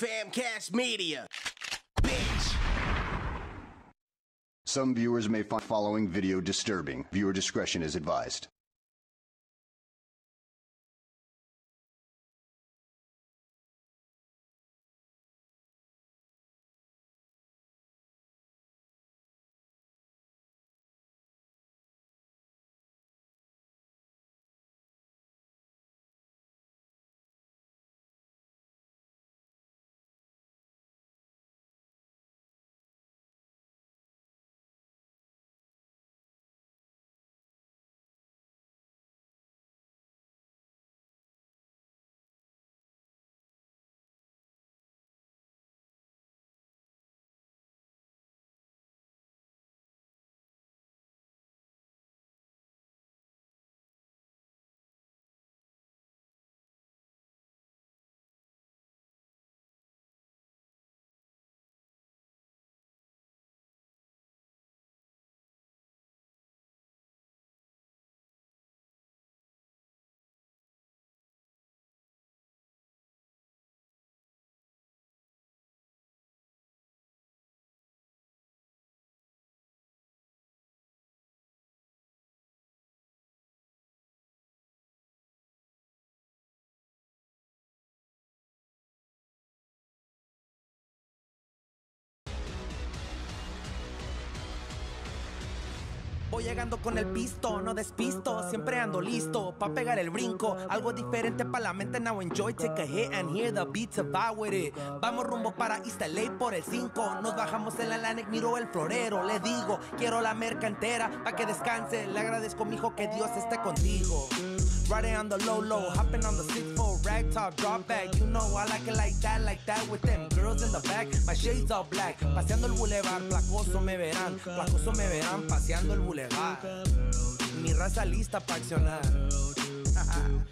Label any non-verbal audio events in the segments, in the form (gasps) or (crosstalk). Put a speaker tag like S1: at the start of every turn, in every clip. S1: Famcast Media. Bitch.
S2: Some viewers may find following video disturbing. Viewer discretion is advised.
S3: Voy llegando con el pisto, no despisto, siempre ando listo pa pegar el brinco. Algo diferente pa la mente, now enjoy, take a hit and hear the beats about with it. Vamos rumbo para East LA por el 5, nos bajamos en la Lanec, miro el florero, le digo, quiero la merca entera pa que descanse. Le agradezco mijo que Dios esté contigo. Riding on the low low, hopping on the six four, rag top, drop back. You know I like it like that, like that with them girls in the back. My shades all black, paseando el boulevard, placoso me verán, placoso me verán, paseando el boulevard. Mi raza lista pa accionar. (laughs)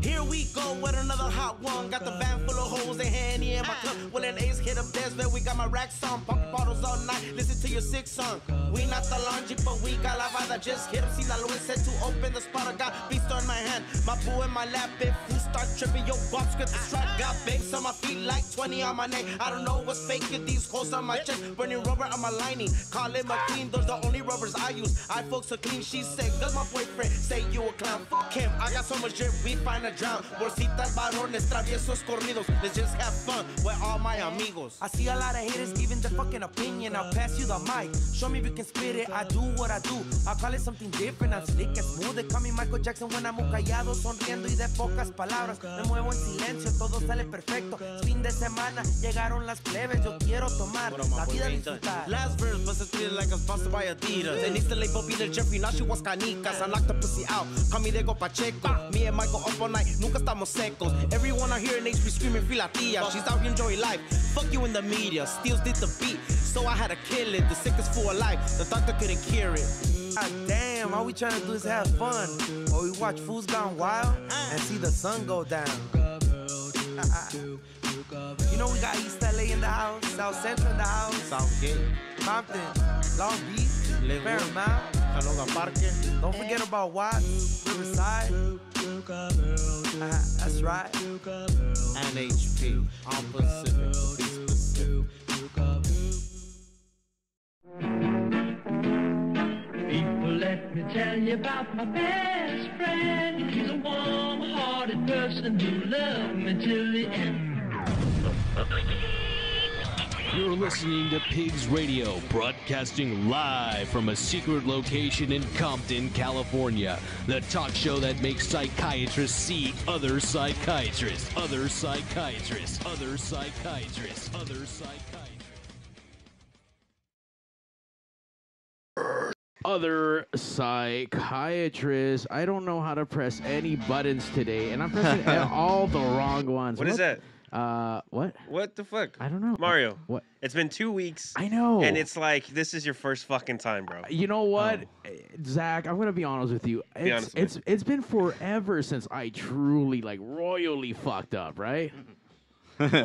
S1: Here we go with another hot one. Got the van full of holes and handy in my cup. Well, an ace hit up there, we got my racks on. Pop bottles all night, listen to your six song. We not the laundry, but we got lavada. Just hit up Sinaloa said to open the spot. I got beast on my hand, my boo in my lap. If you start tripping, yo, box get the strap. Got bangs on my feet like 20 on my neck. I don't know what's fake with these holes on my chest. Burning rubber on my lining, call it McLean. Those the only rubbers I use. I folks are clean, she said. Cause my boyfriend say you a clown. Fuck him, I got so much drip, we find a drown. Bolsitas, varones, traviesos, corridos. Let's just have fun with all my amigos.
S3: I see a lot of haters giving their fucking opinion. I'll pass you the mic. Show me if you can spit it. I do what I do. I call it something different. I'm slick and smooth. They call me Michael Jackson when I'm callado, sonriendo y de pocas palabras. Me muevo en silencio, todo sale perfecto. Es fin de semana, llegaron las plebes. Yo quiero tomar la vida disfrutar.
S1: uh, Last verse was treated like I was busted by Adidas. And Easter late popular Jeffrey, now she was canicas. I knocked the pussy out, call me Diego Pacheco. Me and Michael up all night, nunca estamos secos. Everyone out here in HB screaming free la tía. She's out here enjoying life. Fuck you in the media, Steals did the beat. So I had to kill it. The sickest fool alive, the doctor couldn't cure it.
S3: God damn, all we tryna do is have fun. Or we watch Fools Gone Wild and see the sun go down. you know we got East LA in the house, South Central in the house,
S1: Sound gay.
S3: Compton, Long Beach,
S1: Linwood.
S3: Paramount.
S1: Canoga Parque.
S3: Don't forget about Watts, Riverside. Uh, that's right.
S1: NHP on Pacific. to be specific.
S4: People, let me tell you about my best friend. He's a warm-hearted person who loved me till the end.
S5: You're listening to Pigs Radio, broadcasting live from a secret location in Compton, California. The talk show that makes psychiatrists see other psychiatrists, other psychiatrists, other psychiatrists, other psychiatrists.
S6: other psychiatrist. I don't know how to press any buttons today, and I'm
S7: (laughs)
S6: pressing all the wrong ones.
S7: What is that?
S6: Uh, what?
S7: What the fuck?
S6: I don't know.
S7: Mario.
S6: What?
S7: It's been two weeks,
S6: I know.
S7: and it's like this is your first fucking time, bro.
S6: you know what, Eh, Zach? I'm gonna be honest with you. It's
S7: Oh. honest with
S6: it's
S7: Mm-hmm.
S6: it's been forever since I truly like royally fucked up, right?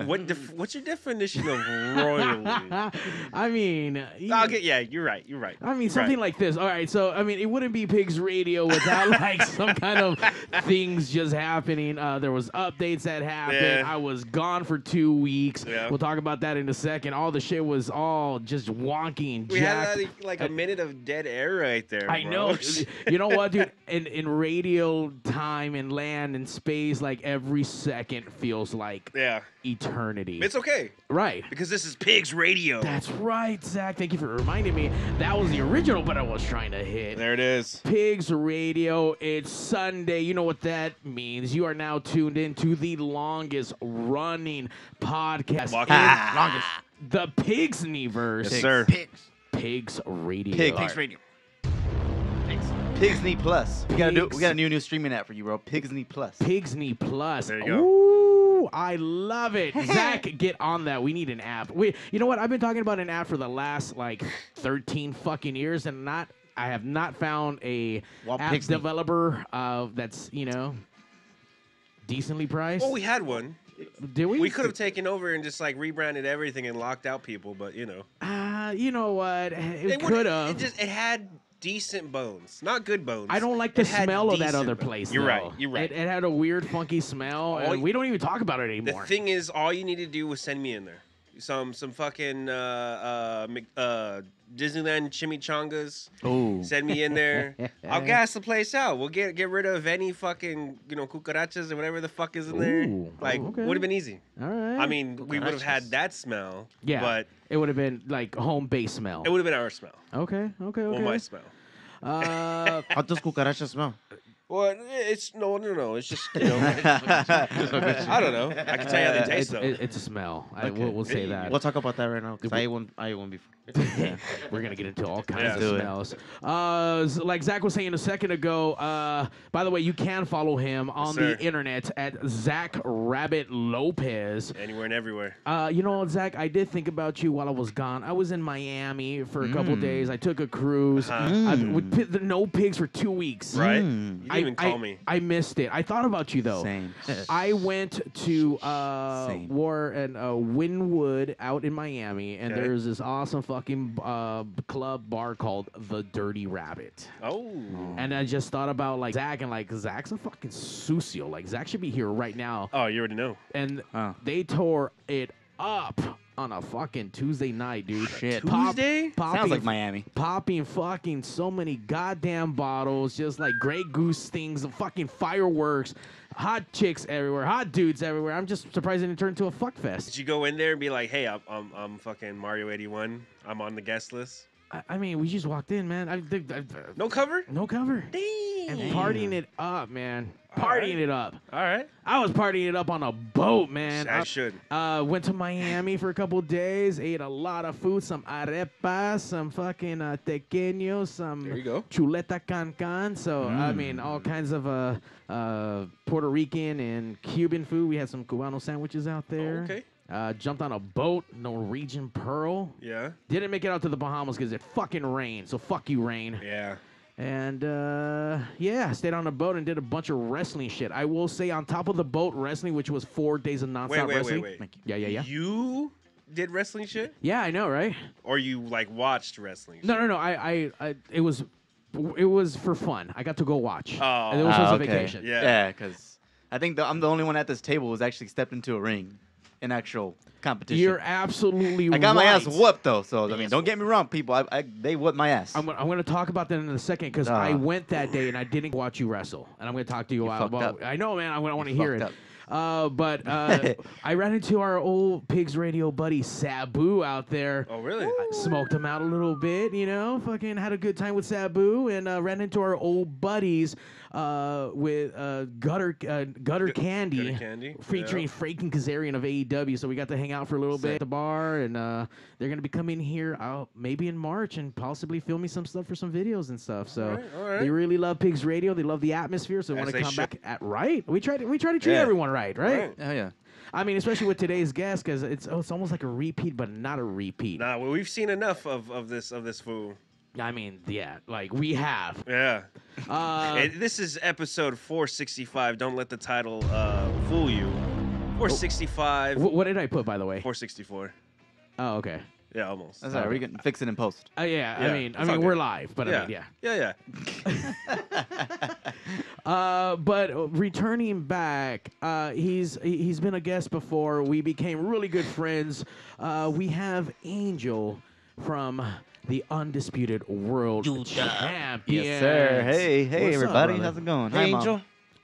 S7: What def- what's your definition of royally?
S6: (laughs) I mean, you-
S7: I'll get, yeah, you're right. You're right.
S6: I mean, something like this. All right, so I mean, it wouldn't be Pigs Radio without (laughs) like some kind of things just happening. Uh, there was updates that happened.
S7: Yeah.
S6: I was gone for two weeks.
S7: Yeah.
S6: We'll talk about that in a second. All the shit was all just wonky and
S7: we
S6: jacked.
S7: had like, like a minute of dead air right there.
S6: I know.
S7: (laughs) bro.
S6: you know what, dude? In in radio time and land and space, like every second feels like
S7: yeah,
S6: eternity.
S7: it's okay
S6: right.
S7: because this is Pigs Radio.
S6: That's right, Zach. Thank you for reminding me. That was the original, but I was trying to hit.
S7: There it is.
S6: Pigs Radio. It's Sunday. You know what that means. You are now tuned in to the longest running podcast.
S7: Walk-
S6: in
S4: Ah.
S6: longest. The Pigs Universe.
S7: Yes, sir.
S4: Pigs.
S6: Pigs Radio.
S4: Pigs.
S6: All right.
S4: Radio. Pigsney Plus. We got a new, we
S6: Pigs.
S4: got a new new streaming app for you, bro. Pigsney Plus.
S6: Pigsney Plus.
S7: There you go.
S6: Ooh, I love it. Zach, get on that. We need an app. We, you know what? I've been talking about an app for the last like 13 fucking years, and not I have not found a
S4: Well,
S6: app
S4: Pigsney.
S6: developer uh, that's you know decently priced.
S4: Oh,
S7: Well, we had one.
S6: Did we?
S7: We could have taken over and just like rebranded everything and locked out people, but you know,
S6: Uh, you know what?
S7: It
S6: It
S7: would-
S6: could
S7: It
S6: have.
S7: just it had decent bones, not good bones.
S6: I don't like the
S7: It had
S6: smell of that
S7: decent
S6: other
S7: bones.
S6: place.
S7: You're right.
S6: though.
S7: You're
S6: It,
S7: right.
S6: it had a weird, funky smell,
S7: All
S6: and
S7: y-
S6: we don't even talk about it
S7: the
S6: anymore.
S7: thing is, all you need to do was send me in there. Some some fucking uh, uh, Mc- uh, Disneyland chimichangas.
S6: oh,
S7: Send me in
S6: (laughs)
S7: there. I'll gas the place out. We'll get get rid of any fucking you know cucarachas or whatever the fuck is in there.
S6: Ooh.
S7: Like
S6: Oh, okay.
S7: would have been easy.
S6: all right.
S7: I mean, we would have had that smell.
S6: Yeah,
S7: But
S6: it would have been like home base smell.
S7: it would have been our smell.
S6: okay, okay,
S7: Or
S6: okay.
S7: my smell. (laughs)
S6: (laughs) uh,
S4: How does cucarachas smell?
S7: Well, it's no, no, no. It's just you know. I don't know. I can tell you how they
S6: it's,
S7: taste though.
S6: (laughs) Uh, it- it's a smell. I,
S4: Okay.
S6: we'll, we'll say that.
S4: We'll talk about that right now. 'cause I ate one. I ate one before.
S6: We're gonna get into all kinds
S7: Yeah.
S6: of
S4: Do it.
S6: smells. Uh, s- like Zach was saying a second ago. Uh, by the way, you can follow him on
S7: sir.
S6: the internet at Zach Rabbit Lopez.
S7: Anywhere and everywhere.
S6: Uh, you know, Zach, I did think about you while I was gone. I was in Miami for a
S7: Mm.
S6: couple days. I took a cruise. I, with pi- the, no pigs for two weeks.
S7: Uh-huh. Right? You didn't
S6: I,
S7: even
S6: I-
S7: call me.
S6: I missed it. I thought about you though.
S4: Same.
S6: (laughs) I went to uh,
S4: Same.
S6: War and uh, Winwood out in Miami, and
S7: Okay.
S6: there's this awesome fucking uh, club bar called the Dirty Rabbit.
S7: Oh.
S6: And I just thought about like Zach and like Zach's a fucking sucio. Like Zach should be here right now.
S7: Oh, you already know.
S6: And
S4: Oh.
S6: they tore it up on a fucking Tuesday night, dude.
S4: Shit.
S7: Tuesday?
S4: Sounds like
S6: popping-
S4: Miami.
S6: popping fucking so many goddamn bottles, just like Grey Goose things, fucking fireworks, hot chicks everywhere, hot dudes everywhere. I'm just surprised it didn't turn into a fuck
S7: Did
S6: fest.
S7: you go in there and be like, "Hey, I'm I'm, I'm fucking Mario 81. I'm on the guest list.
S6: I, I mean, we just walked in, man. I, think I,
S7: No cover."
S6: no cover. And partying it up, man. Partying
S7: right.
S6: it up.
S7: All right.
S6: I was partying it up on a boat, man.
S7: I
S6: I-
S7: should.
S6: Uh, went to Miami for a couple days, ate a lot of food, some arepas, some fucking uh, tequeños, some
S7: There you go. Mm.
S6: chuleta can can. So, I mean, all kinds of uh, uh, Puerto Rican and Cuban food. We had some Cubano sandwiches out there.
S7: Oh, okay.
S6: Uh, jumped on a boat, Norwegian Pearl.
S7: Yeah.
S6: Didn't make it out to the Bahamas because it fucking rained. So, fuck you, rain.
S7: Yeah.
S6: And uh, yeah, stayed on a boat and did a bunch of wrestling shit. I will say, on top of the boat wrestling, which was four days of nonstop
S7: Wait, wait,
S6: wrestling.
S7: wait, wait.
S6: Yeah, yeah, yeah.
S7: You did wrestling shit,
S6: Yeah, I know, right?
S7: or you like watched wrestling?
S6: No,
S7: shit?
S6: no, no. I, I, I it was, it was for fun. I got to go watch.
S7: Oh.
S6: and it was
S4: Ah,
S6: just
S4: okay.
S6: a vacation.
S7: Yeah.
S4: Yeah, because I think the, I'm the only one at this table who's actually stepped into a ring, in actual competition.
S6: You're absolutely.
S4: I got my ass
S6: right.
S4: whooped though, so I mean, don't get me wrong, people. I, I they whooped my ass.
S6: I'm, gonna- I'm going to talk about that in a second because I
S4: Ah.
S6: went that day and I didn't watch you wrestle. And I'm going to talk to you, about,
S4: fucked
S6: about
S4: up.
S6: I know, man. I, want to hear it.
S4: fucked (laughs)
S6: Uh, but uh, I ran into our old Pigs Radio buddy Sabu out there.
S7: Oh, really?
S6: smoked him out a little bit, you know, fucking had a good time with Sabu and uh, ran into our old buddies uh, with uh, Gutter uh, Gutter Candy,
S7: Gutter Candy,
S6: featuring Franken Kazarian of AEW. So we got to hang out for a little bit at the bar, and uh, they're gonna be coming here out maybe in March and possibly filming some stuff for some videos and stuff. So
S7: right, all right.
S6: they really love Pigs Radio. They love the atmosphere, so they
S7: As
S6: want
S7: they
S6: to come
S7: should.
S6: back at right. We try to we try to treat
S4: Yeah.
S6: everyone right, right?
S7: Right.
S4: Oh yeah.
S6: I mean, especially with today's guest, because it's oh, it's almost like a repeat, but not a repeat.
S7: Nah, well, we've seen enough of, of this of this fool.
S6: I mean, yeah, like we have.
S7: Yeah.
S6: (laughs) Uh,
S7: And this is episode 465. Don't let the title uh, fool you.
S3: 465.
S6: Oh. Wh- what did I put, by the way?
S3: 464.
S6: Oh, okay.
S3: Yeah, almost.
S7: That's all right. We can fix it in post.
S6: Uh, yeah,
S3: Yeah,
S6: I mean, I
S3: it's all
S6: mean, we're
S3: good.
S6: live, but I mean, yeah.
S3: Yeah, yeah.
S6: Uh, but returning back, uh, he's he- he's been a guest before. We became really good friends. Uh, we have Angel from the undisputed world champion.
S7: Yes, sir. Hey, hey,
S6: What's up,
S7: everybody.
S6: brother?
S7: How's it going? Hi, Mom.
S3: Angel.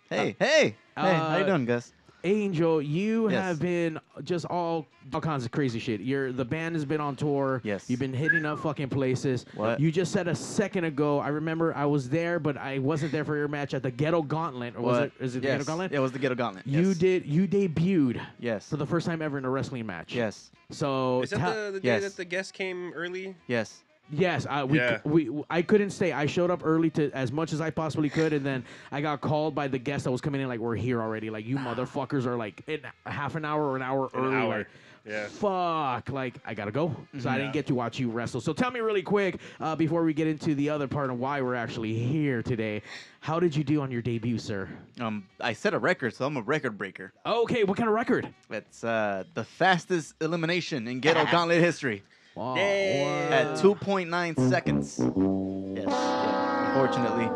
S7: Hey, hey, hey. How
S6: uh,
S7: you doing, Gus?
S6: Angel, you
S7: Yes.
S6: have been just all all kinds of crazy shit. You're the band has been on tour.
S7: Yes.
S6: You've been hitting up fucking places.
S7: What?
S6: You just said a second ago. I remember I was there, but I wasn't there for your match at the Ghetto Gauntlet. Or was
S7: What?
S6: it? Is it the
S7: yes.
S6: Ghetto Gauntlet?
S7: Yeah, it was the Ghetto Gauntlet.
S6: You
S7: yes.
S6: did. You debuted.
S7: Yes.
S6: For the first time ever in a wrestling match.
S7: Yes.
S6: So
S3: Is that
S6: tell-
S3: the, the
S7: yes.
S3: day that the guest came early?
S7: Yes.
S6: yes, I, we,
S3: Yeah.
S6: cou- we I couldn't stay. I showed up early to as much as I possibly could, and then I got called by the guest that was coming in. Like we're here
S3: (sighs)
S6: already. Like you motherfuckers are like in a half an hour or an hour
S3: An
S6: early.
S3: hour.
S6: Like,
S3: Yeah. Mm-hmm.
S6: Fuck! Like I gotta go, so I didn't get to watch you wrestle. So tell me really quick uh, before we get into the other part of why we're actually here today. How did you do on your debut, sir?
S7: Um, I set a record, so I'm a record breaker.
S6: Okay, what kind of record?
S7: That's uh, the fastest elimination in Ghetto Gauntlet history
S6: Wow.
S7: at 2.9 seconds. Yes. Yeah, unfortunately,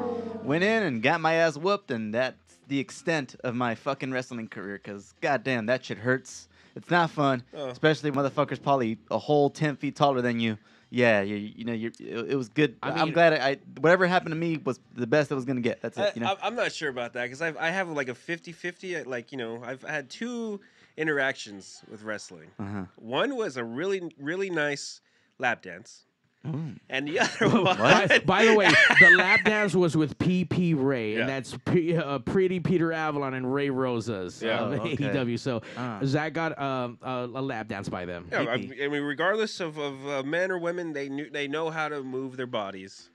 S7: went in and got my ass whooped, and that's the extent of my fucking wrestling career. Cause goddamn, that shit hurts. It's not fun, especially motherfuckers probably a whole 10 feet taller than you. Yeah, you, you know, you it, it was good. I
S6: I
S7: am
S6: mean-
S7: glad I, I whatever happened to me was the best I was gonna get. That's
S3: I,
S7: it. You know.
S3: I- I'm not sure about that because I have like a 50 50. Like, you know, I've had two interactions with wrestling.
S7: Uh-huh.
S3: One was a really, really nice lap dance.
S7: Mm.
S3: And the
S7: (laughs)
S3: other one. (laughs)
S6: By, by the way, the lap dance was with PP Ray,
S3: Yeah.
S6: and that's P, uh, Pretty Peter Avalon and Ray Rosas
S3: Yeah.
S6: of
S7: Oh, okay.
S6: AEW. So
S7: Ah.
S6: Zach got um, a, a lap dance by them.
S3: Yeah, I,
S7: Creepy.
S3: I mean, regardless of, of uh, men or women, they knew they know how to move their bodies.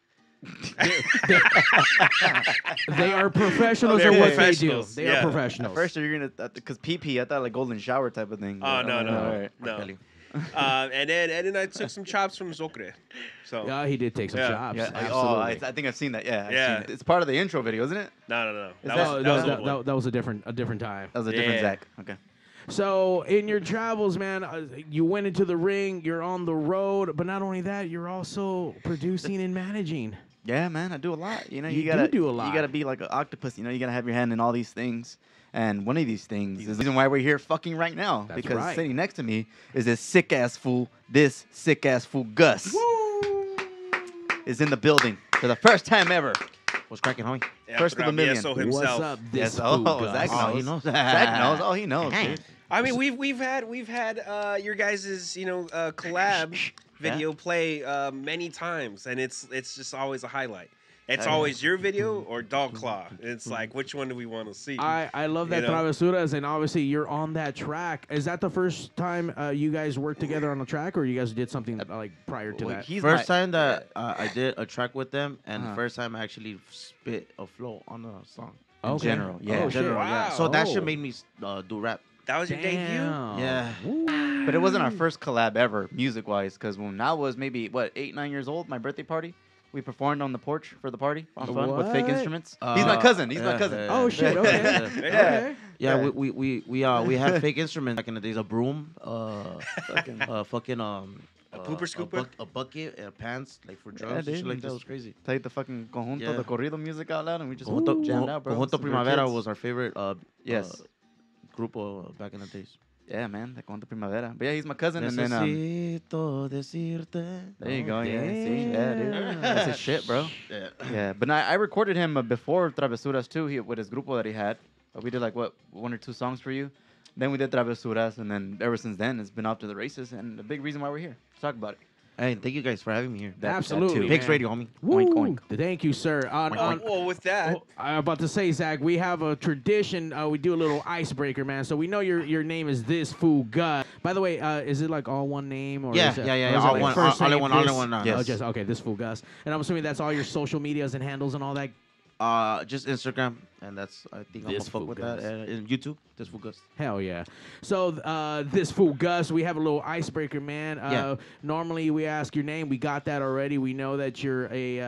S3: (laughs)
S6: They are professionals
S3: They're
S6: at what
S3: professionals,
S6: they do. They
S3: yeah.
S6: are
S3: At
S6: Oh, professionals.
S7: First, you're gonna because PP. I thought like golden shower type of thing.
S3: Oh,
S7: but-
S3: no, no,
S7: all
S3: no,
S7: right.
S3: no.
S7: Really.
S3: (laughs) uh, and then and then I took some chops from Zokre. So
S6: yeah, he did take some
S3: Yeah.
S6: chops.
S7: Yeah, like, oh, I,
S6: absolutely.
S7: I think I've seen that. Yeah, I've
S3: Yeah.
S7: seen it. it's part of the intro video, isn't it?
S3: no, no, no, that,
S7: that-
S3: was,
S6: Oh,
S3: that,
S6: no,
S3: was
S6: that,
S3: old one.
S6: that, that was a different a different time.
S7: That was a different
S3: Yeah.
S7: Zach. Okay.
S6: So in your travels, man, uh, you went into the ring. You're on the road, but not only that, you're also producing and managing.
S7: Yeah, man, I do a lot. You know, you,
S6: You do
S7: gotta
S6: do a
S7: You
S6: lot.
S7: gotta be like an octopus. You know, you gotta have your hand in all these things. And one of these things is the reason why we're here fucking right now.
S6: That's
S7: because
S6: right.
S7: sitting next to me is this sick ass fool, this sick ass fool Gus is in the building for the first time ever. What's cracking, homie?
S3: Yeah,
S7: first of a million.
S3: Travieso
S6: What's
S3: himself.
S6: up,
S7: Yes,
S6: this
S7: oh,
S6: fool, Gus?
S7: Zach knows.
S1: Oh, he knows.
S7: Zach knows. Oh, he knows. dude.
S3: I mean, we've we've had we've had uh, your guys' you know
S1: (laughs)
S3: uh, collab video play uh, many times, and it's it's just always a highlight. It's always your video
S1: Mm-hmm.
S3: or Dog Claw. It's like which one do we want to see?
S6: I, I love
S3: You
S6: that
S3: know?
S6: Travesuras, and obviously you're on that track. Is that the first time uh, you guys worked together on a track, or you guys did something like prior to
S1: Well,
S6: that?
S7: He's
S1: first
S7: my-
S1: time that uh, I did a track with them, and
S7: Uh-huh.
S1: the first time I actually spit a flow on a song.
S6: In Okay.
S1: general, yeah,
S6: Oh,
S1: in
S6: shit.
S1: general, yeah.
S3: Wow.
S1: So that should
S6: Oh.
S1: make me uh, do rap.
S3: that was your debut.
S6: Damn.
S1: Yeah.
S7: But it wasn't our first collab ever, music wise, because when I was maybe what eight, nine years old, my birthday party, we performed on the porch for the party on fun with fake
S6: What?
S7: instruments. he's my
S1: Uh,
S7: cousin. He's my
S1: yeah,
S7: cousin.
S1: yeah,
S6: Oh shit.
S7: (laughs)
S1: yeah.
S6: Okay.
S1: Yeah.
S6: okay.
S1: Yeah,
S7: Yeah.
S1: We, we we we uh we (laughs) had fake instruments back in the days. A broom, uh, fucking, uh, fucking um, a
S3: pooper scooper?
S1: a, buck- a bucket, and pants like for drums,
S7: dude,
S1: and shit
S7: we
S1: like that. It was
S7: just
S1: crazy.
S7: Played the fucking conjunto,
S1: Yeah.
S7: the corrido music out loud, and we just
S1: Conjunto,
S7: jammed out, bro.
S1: Conjunto
S7: Since we were
S1: Primavera
S7: kids.
S1: was our favorite. Uh,
S7: Yes.
S1: uh, grupo back in the days.
S7: yeah, man, the conjunto primavera. But yeah, he's my cousin, and then um,
S1: Necesito decirte.
S7: there you go, yeah, see, yeah, dude, that's his shit, bro.
S1: (laughs) Yeah.
S7: Yeah, but I, I recorded him uh, before Travesuras too. He, with his grupo that he had, Uh, we did like what one or two songs for you. Then we did Travesuras, and then ever since then, it's been off to the races. And the big reason why we're here, let's talk about it.
S1: Hey, thank you guys for having me here.
S7: That- that too.
S6: Absolutely.
S1: Pigs
S6: man.
S1: Radio, homie.
S6: Woo.
S7: Oink, oink.
S6: Thank you, sir. On, on,
S7: Oh,
S3: Well, with that,
S6: Well, I'm about to say, Zach, we have a tradition. Uh, we do a little icebreaker, man. So we know your your name is this fool Gus. By the way, uh, is it like all one name or
S1: Yeah,
S6: is it,
S1: yeah, yeah,
S6: or
S1: yeah,
S6: is it
S1: all
S6: like
S1: one-
S6: first
S1: all- all in
S6: name,
S1: one, all in
S6: this-
S1: one, uh,
S6: Oh,
S1: Yes.
S6: just okay, this fool Gus. And I'm assuming that's all your social medias and handles and all that.
S1: Uh, just Instagram, and that's I think I'm gonna
S6: This
S1: fuck
S6: fool
S1: with
S6: Gus.
S1: that. And, and YouTube, this for Gus.
S6: Hell yeah. So uh, this fool Gus, we have a little icebreaker, man. Uh,
S1: Yeah.
S6: Normally we ask your name. We got that already. We know that you're a. Uh,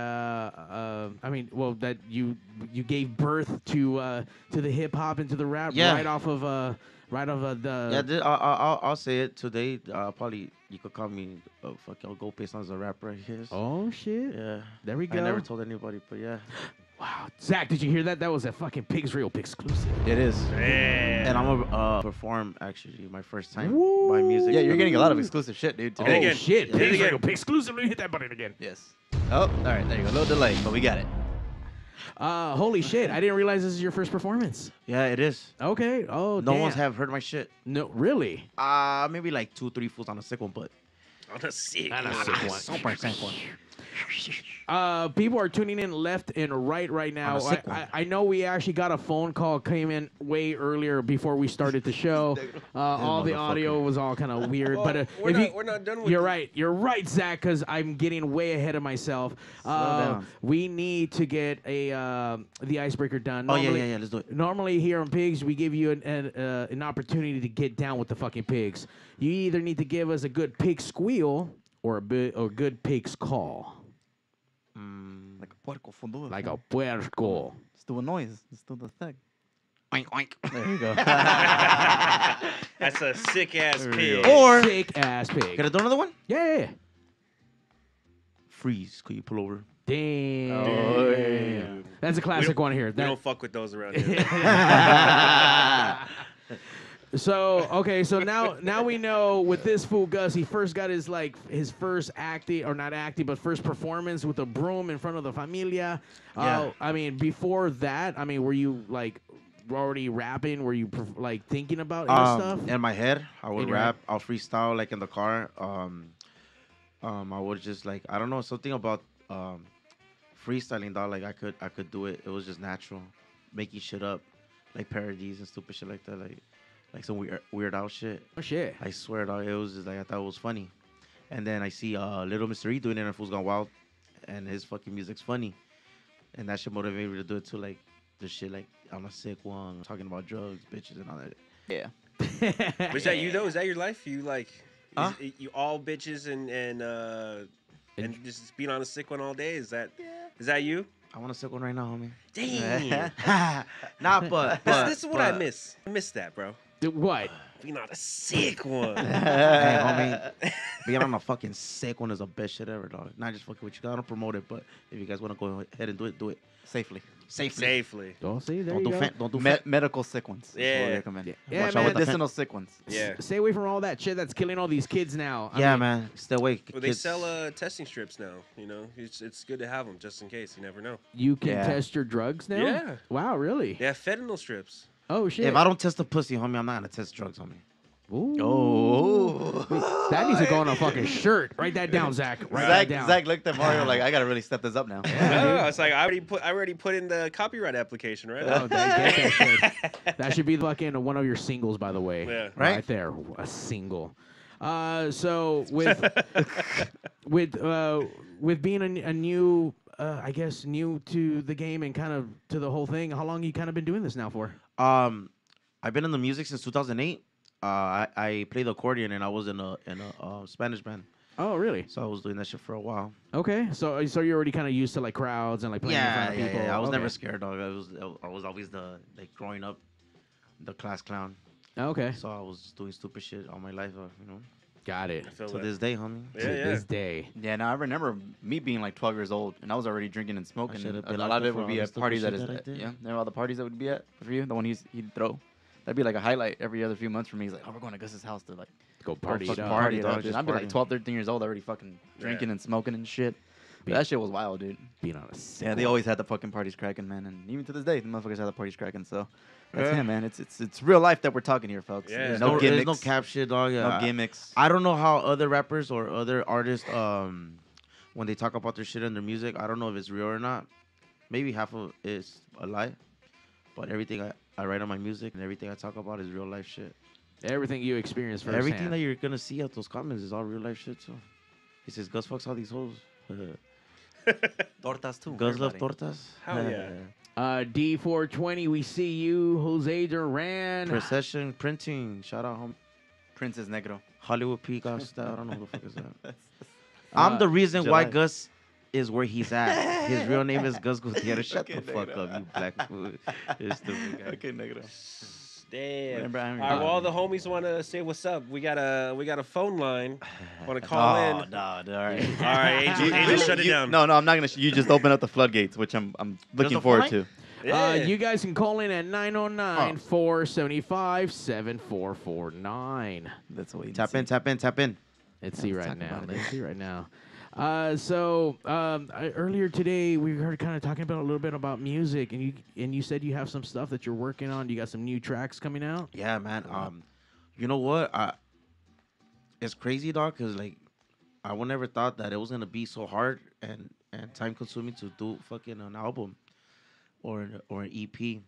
S6: uh, I mean, well, that you you gave birth to uh, to the hip hop and to the rap
S1: Yeah.
S6: right off of. Uh, right over the
S1: Yeah, thi- I, I, I'll, I'll say it today. Uh, probably you could call me uh, fuck y'all go based on as a rapper. Yes.
S6: Oh shit!
S1: Yeah,
S6: there we
S1: I never
S6: go.
S1: told anybody, but yeah,
S6: wow, Zach, did you hear that? That was a fucking Pigs Real exclusive.
S1: it is.
S7: Yeah.
S1: And I'm gonna uh, perform actually my first time
S6: Woo.
S1: my music.
S4: Yeah, you're getting a lot of exclusive shit, dude.
S6: Oh
S4: Today.
S7: again.
S6: shit!
S7: Hit it
S6: Pigs
S7: again.
S6: Real exclusive. Let me hit that button again.
S4: Yes. Oh, all right. There you go. A little delay, but we got it.
S6: Uh, holy shit! I didn't realize this is your first performance.
S1: Yeah, it is.
S6: Okay. Oh,
S1: No one's
S6: damn.
S1: have heard my shit.
S6: No, really.
S1: Uh maybe like two, three fools on a sick one, but
S7: On a sick.
S3: (laughs)
S1: super sick one.
S6: Uh, people are tuning in left and right right
S1: a
S6: now. I,
S1: sick
S6: I,
S1: one.
S6: I know we actually got a phone call came in way earlier before we started the
S7: (laughs)
S6: show. Uh, all the audio was all kind of weird, but uh,
S7: we're
S6: if
S7: not-
S6: you,
S7: we're not done with
S6: You're
S7: it.
S6: right. You're right, Zach. Because I'm getting way ahead of myself. Uh,
S1: down.
S6: We need to get a uh, the icebreaker done.
S1: Oh, yeah, yeah, yeah, let's do it.
S6: Normally here on Pigs, we give you an an, uh, an opportunity to get down with the fucking pigs. You either need to give us a good pig squeal or a bi- or good pig's call
S7: Oh,
S4: Like a puerco fundador.
S6: like a puerco.
S4: Let's do a noise. Let's do the thing.
S1: There you go.
S7: (laughs) That's a sick ass pig.
S1: or can
S6: Sick ass pig.
S1: I do another one?
S6: yeah. yeah.
S1: Freeze. Could you pull over?
S6: Damn. That's a classic one here.
S7: We
S6: That,
S7: don't fuck with those around here. (laughs)
S6: so okay, so now now we know with this fool Gus, he first got his like his first acting or not acting, but first performance with a broom in front of the familia. Uh,
S1: Yeah.
S6: I mean, before that, I mean, were you like already rapping? Were you perf- like thinking about any
S1: Um,
S6: stuff?
S1: in my head, I would
S6: In your
S1: rap. I'll freestyle like in the car. Um, um, I would just like I don't know something about um, freestyling. Dog, like I could I could do it. It was just natural, making shit up, like parodies and stupid shit like that. Like like some weird weird out shit.
S6: oh shit.
S1: I swear, dog, it was just like I thought it was funny. And then I see uh, Little Mr. E doing it, and Fool's Gone Wild, and his fucking music's funny, and that should motivate me to do it too. Like the shit, like I'm a sick one, talking about drugs, bitches, and all that.
S4: Yeah.
S7: Was that you though? Is that your life? You like, is
S1: Huh?
S7: it- you all bitches and and uh, and just being on a sick one all day? Is that is that you?
S1: I want to sick one right now, homie.
S7: (laughs) Damn.
S1: Nah, but,
S7: This,
S1: but
S7: this is what I
S1: but-
S7: miss. I miss that, bro.
S1: (sighs)
S6: Th- What?
S7: Being on
S1: (laughs)
S7: a sick one.
S1: Hey, homie, being on a fucking (laughs) sick one is the best shit ever, dog. Not just fucking with you. guys. I don't promote it, but if you guys want to go ahead and do it, do it
S4: Safely.
S1: safely.
S7: Safely.
S6: Don't Oh, see there
S1: Don't
S6: you
S1: do
S6: go.
S1: fan, don't do
S4: Me-
S1: fan-
S4: medical sick ones. Is what
S7: Yeah.
S4: we recommend.
S6: Yeah,
S4: Watch
S6: man,
S4: out
S6: that's-
S4: with medicinal sick ones.
S7: Yeah.
S6: Stay away from all that shit that's killing all these kids now. I
S1: yeah,
S6: mean,
S1: man. Stay away.
S7: Well, they
S1: kids.
S7: sell uh, testing strips now. You know, it's it's good to have them just in case. You never know.
S6: You can
S4: Yeah.
S6: test your drugs now.
S7: Yeah.
S6: Wow, really?
S7: They have fentanyl
S1: (laughs)
S7: strips.
S6: Oh shit.
S1: If I don't test the pussy, homie, I'm not gonna test drugs, homie.
S6: Ooh.
S4: Oh.
S6: That needs to go on a fucking shirt. Write that down, Zach. Write that
S4: Zach,
S6: down.
S4: Zach looked at Mario like, I gotta really step this up now.
S7: Oh, it's like I already put I already put in the copyright application, right?
S6: Oh, that, get that,
S1: (laughs)
S6: shit. that should be fucking one of your singles, by the way.
S7: Yeah.
S1: Right?
S6: there, a single. Uh, so
S7: (laughs)
S6: with with uh, with being a, a new, uh, I guess, new to the game and kind of to the whole thing. How long you kind of been doing this now for?
S1: Um, I've been in the music since 2008. Uh, I, I played the accordion and I was in a in a uh, Spanish band,
S6: Oh, really?
S1: so I was doing that shit for a while.
S6: Okay. So uh, so you're already kind of used to like crowds and like playing in front of people.
S1: I was
S6: okay.
S1: never scared, dog. I was I was always the like growing up, the class clown.
S6: Okay.
S1: So I was doing stupid shit all my life, uh, you know.
S6: Got it.
S7: I feel
S1: To
S7: that.
S1: this day, homie.
S7: Yeah,
S6: to
S7: yeah.
S6: this day.
S4: Yeah, now I remember me being like 12 years old, and I was already drinking and smoking.
S1: should've
S4: and
S1: been
S4: a
S1: locked
S4: lot of
S1: up
S4: it
S1: for
S4: would
S1: all
S4: be
S1: the
S4: at
S1: stupid
S4: parties
S1: shit
S4: that is,
S1: that I did.
S4: yeah, remember all the parties that would be at for you, the one he's, he'd throw. That'd be like a highlight every other few months for me. He's like, oh, we're going to Gus's house to like go
S6: Go party. it
S4: fucking
S6: up.
S4: party,
S1: Party,
S4: dog.
S1: dog,
S4: And
S1: just
S4: I'd be like
S1: partying.
S4: 12, 13 years old, already fucking drinking and smoking and shit. But
S6: Yeah.
S4: that shit was wild, dude.
S6: Being on a s-
S4: Yeah, they always had the fucking parties cracking, man. And even to this day, the motherfuckers have the parties cracking. So that's
S7: Yeah.
S4: yeah. man. It's it's it's real life that we're talking here, folks.
S7: Yeah.
S4: There's
S1: No,
S4: no gimmicks.
S1: there's no cap shit, dog.
S4: no
S1: Uh,
S4: gimmicks.
S1: I don't know how other rappers or other artists, um, when they talk about their shit and their music, I don't know if it's real or not. Maybe half of it's a lie, but everything I, I write on my music and everything I talk about is real life shit.
S6: Everything you experience firsthand.
S1: Everything that you're gonna see at those comments is all real life shit too. He says Gus fucks all these hoes.
S4: tortas too.
S1: Gus love tortas.
S7: Hell yeah.
S6: Uh, D420, we see you, Jose
S1: (laughs)
S6: Duran.
S1: Procession printing. Shout out home.
S4: Princess Negro.
S1: Hollywood Peacocks. I don't know who the fuck is
S4: (laughs)
S1: that.
S6: Uh,
S1: I'm the reason why
S4: July.
S1: Gus is where he's at. His real name is Gus Gutierrez. Shut the fuck up, you black fool. It's the
S4: Okay, Negro.
S7: Damn.
S4: Remember, I'm
S7: All right,
S4: your
S7: well, all
S6: Uh,
S4: dog.
S7: the homies want to say what's up. We got a we got a phone line.
S4: (laughs)
S7: Want to call
S4: Oh,
S7: in?
S4: no, all right.
S7: (laughs) All right, Angel, Angel, shut it
S4: You-
S7: down.
S4: No, no, I'm not gonna. Sh- you just open up the floodgates, which I'm I'm looking
S1: a
S4: forward
S1: flight?
S4: to.
S7: Yeah.
S6: Uh, you guys can call in at 909 475 7449.
S4: That's what you
S1: Tap in, tap in, tap in.
S6: Let's see
S4: let's
S6: right
S4: talk
S6: now.
S4: about it.
S6: Let's see right now. Uh, so um, I, earlier today we heard kind of talking about a little bit about music, and you and you said you have some stuff that you're working on. You got some new tracks coming out.
S1: Yeah, man. Um, you know what? I it's crazy, dog. Cause like, I would never thought that it was gonna be so hard and and time consuming to do fucking an album or an- E or an EP.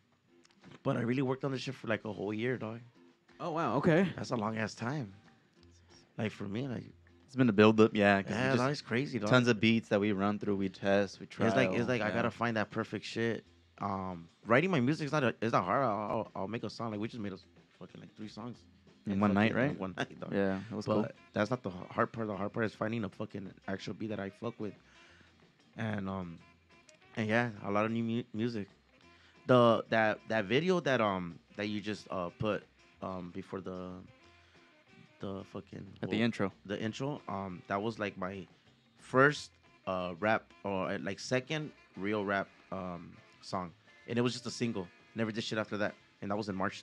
S1: But I really worked on this shit for like a whole year, dog.
S6: Oh wow, okay.
S1: That's a long ass time. Like for me, like
S4: It's been a build up, yeah. 'cause we
S1: yeah,
S4: just-
S1: dog, it's crazy, dog.
S4: tons of beats that we run through, we test, we try.
S1: It's like it's like I gotta find that perfect shit. Um, writing my music's not a, it's not hard. I'll, I'll I'll make a song. Like we just made us fucking like three songs
S4: In one night,
S1: fucking,
S4: right?
S1: like, One night, dog.
S4: Yeah, it was
S1: but
S4: cool.
S1: that's not the h- hard part. The hard part is finding a fucking actual beat that I fuck with, and um, and yeah, a lot of new mu- music. The that that video that um that you just uh put um before the the fucking
S4: At the
S1: well,
S4: intro,
S1: the intro um that was like my first uh rap or uh, like second real rap um song and it was just a single never did shit after that and that was in march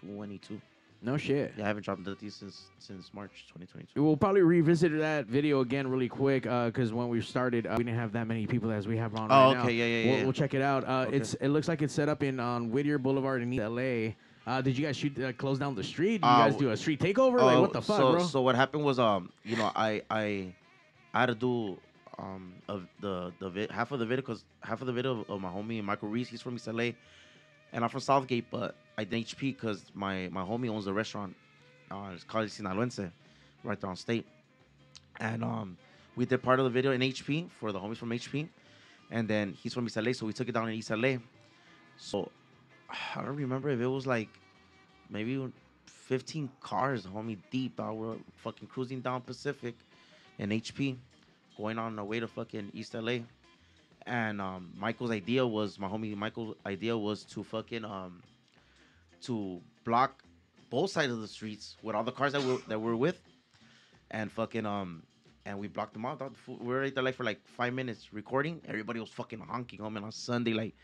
S1: 2022
S6: No shit.
S1: yeah i haven't dropped nothing since since march 2022
S6: We'll probably revisit that video again really quick because when we started, uh, we didn't have that many people as we have on.
S1: Oh,
S6: right
S1: okay, yeah,
S6: now.
S1: yeah,
S6: We'll,
S1: yeah.
S6: we'll check it out. Uh,
S1: Okay.
S6: It's it looks like it's set up in on Whittier Boulevard in East L.A. Uh, did you guys shoot uh, close down the street? Did you
S1: Uh, oh,
S6: guys do a street takeover? like what the fuck,
S1: so,
S6: bro?
S1: so what happened was um you know i i i had to do um of the the vid, half of the video because half of the video of, my homie michael reese he's from east la and i'm from southgate but i did hp because my my homie owns a restaurant uh it's called sinaloense right there on state and um we did part of the video in hp for the homies from hp and then he's from east la so we took it down in east la so (sighs) i don't remember if it was like maybe 15 cars, homie, deep. I were fucking cruising down Pacific in HP, going on our way to fucking East LA. And um, Michael's idea was my homie Michael's idea was to fucking um to block both sides of the streets with all the cars that we that we're with, and fucking um and we blocked them out. dog. Fu- We were right there like for like five minutes recording. Everybody was fucking honking, homie. And on Sunday, like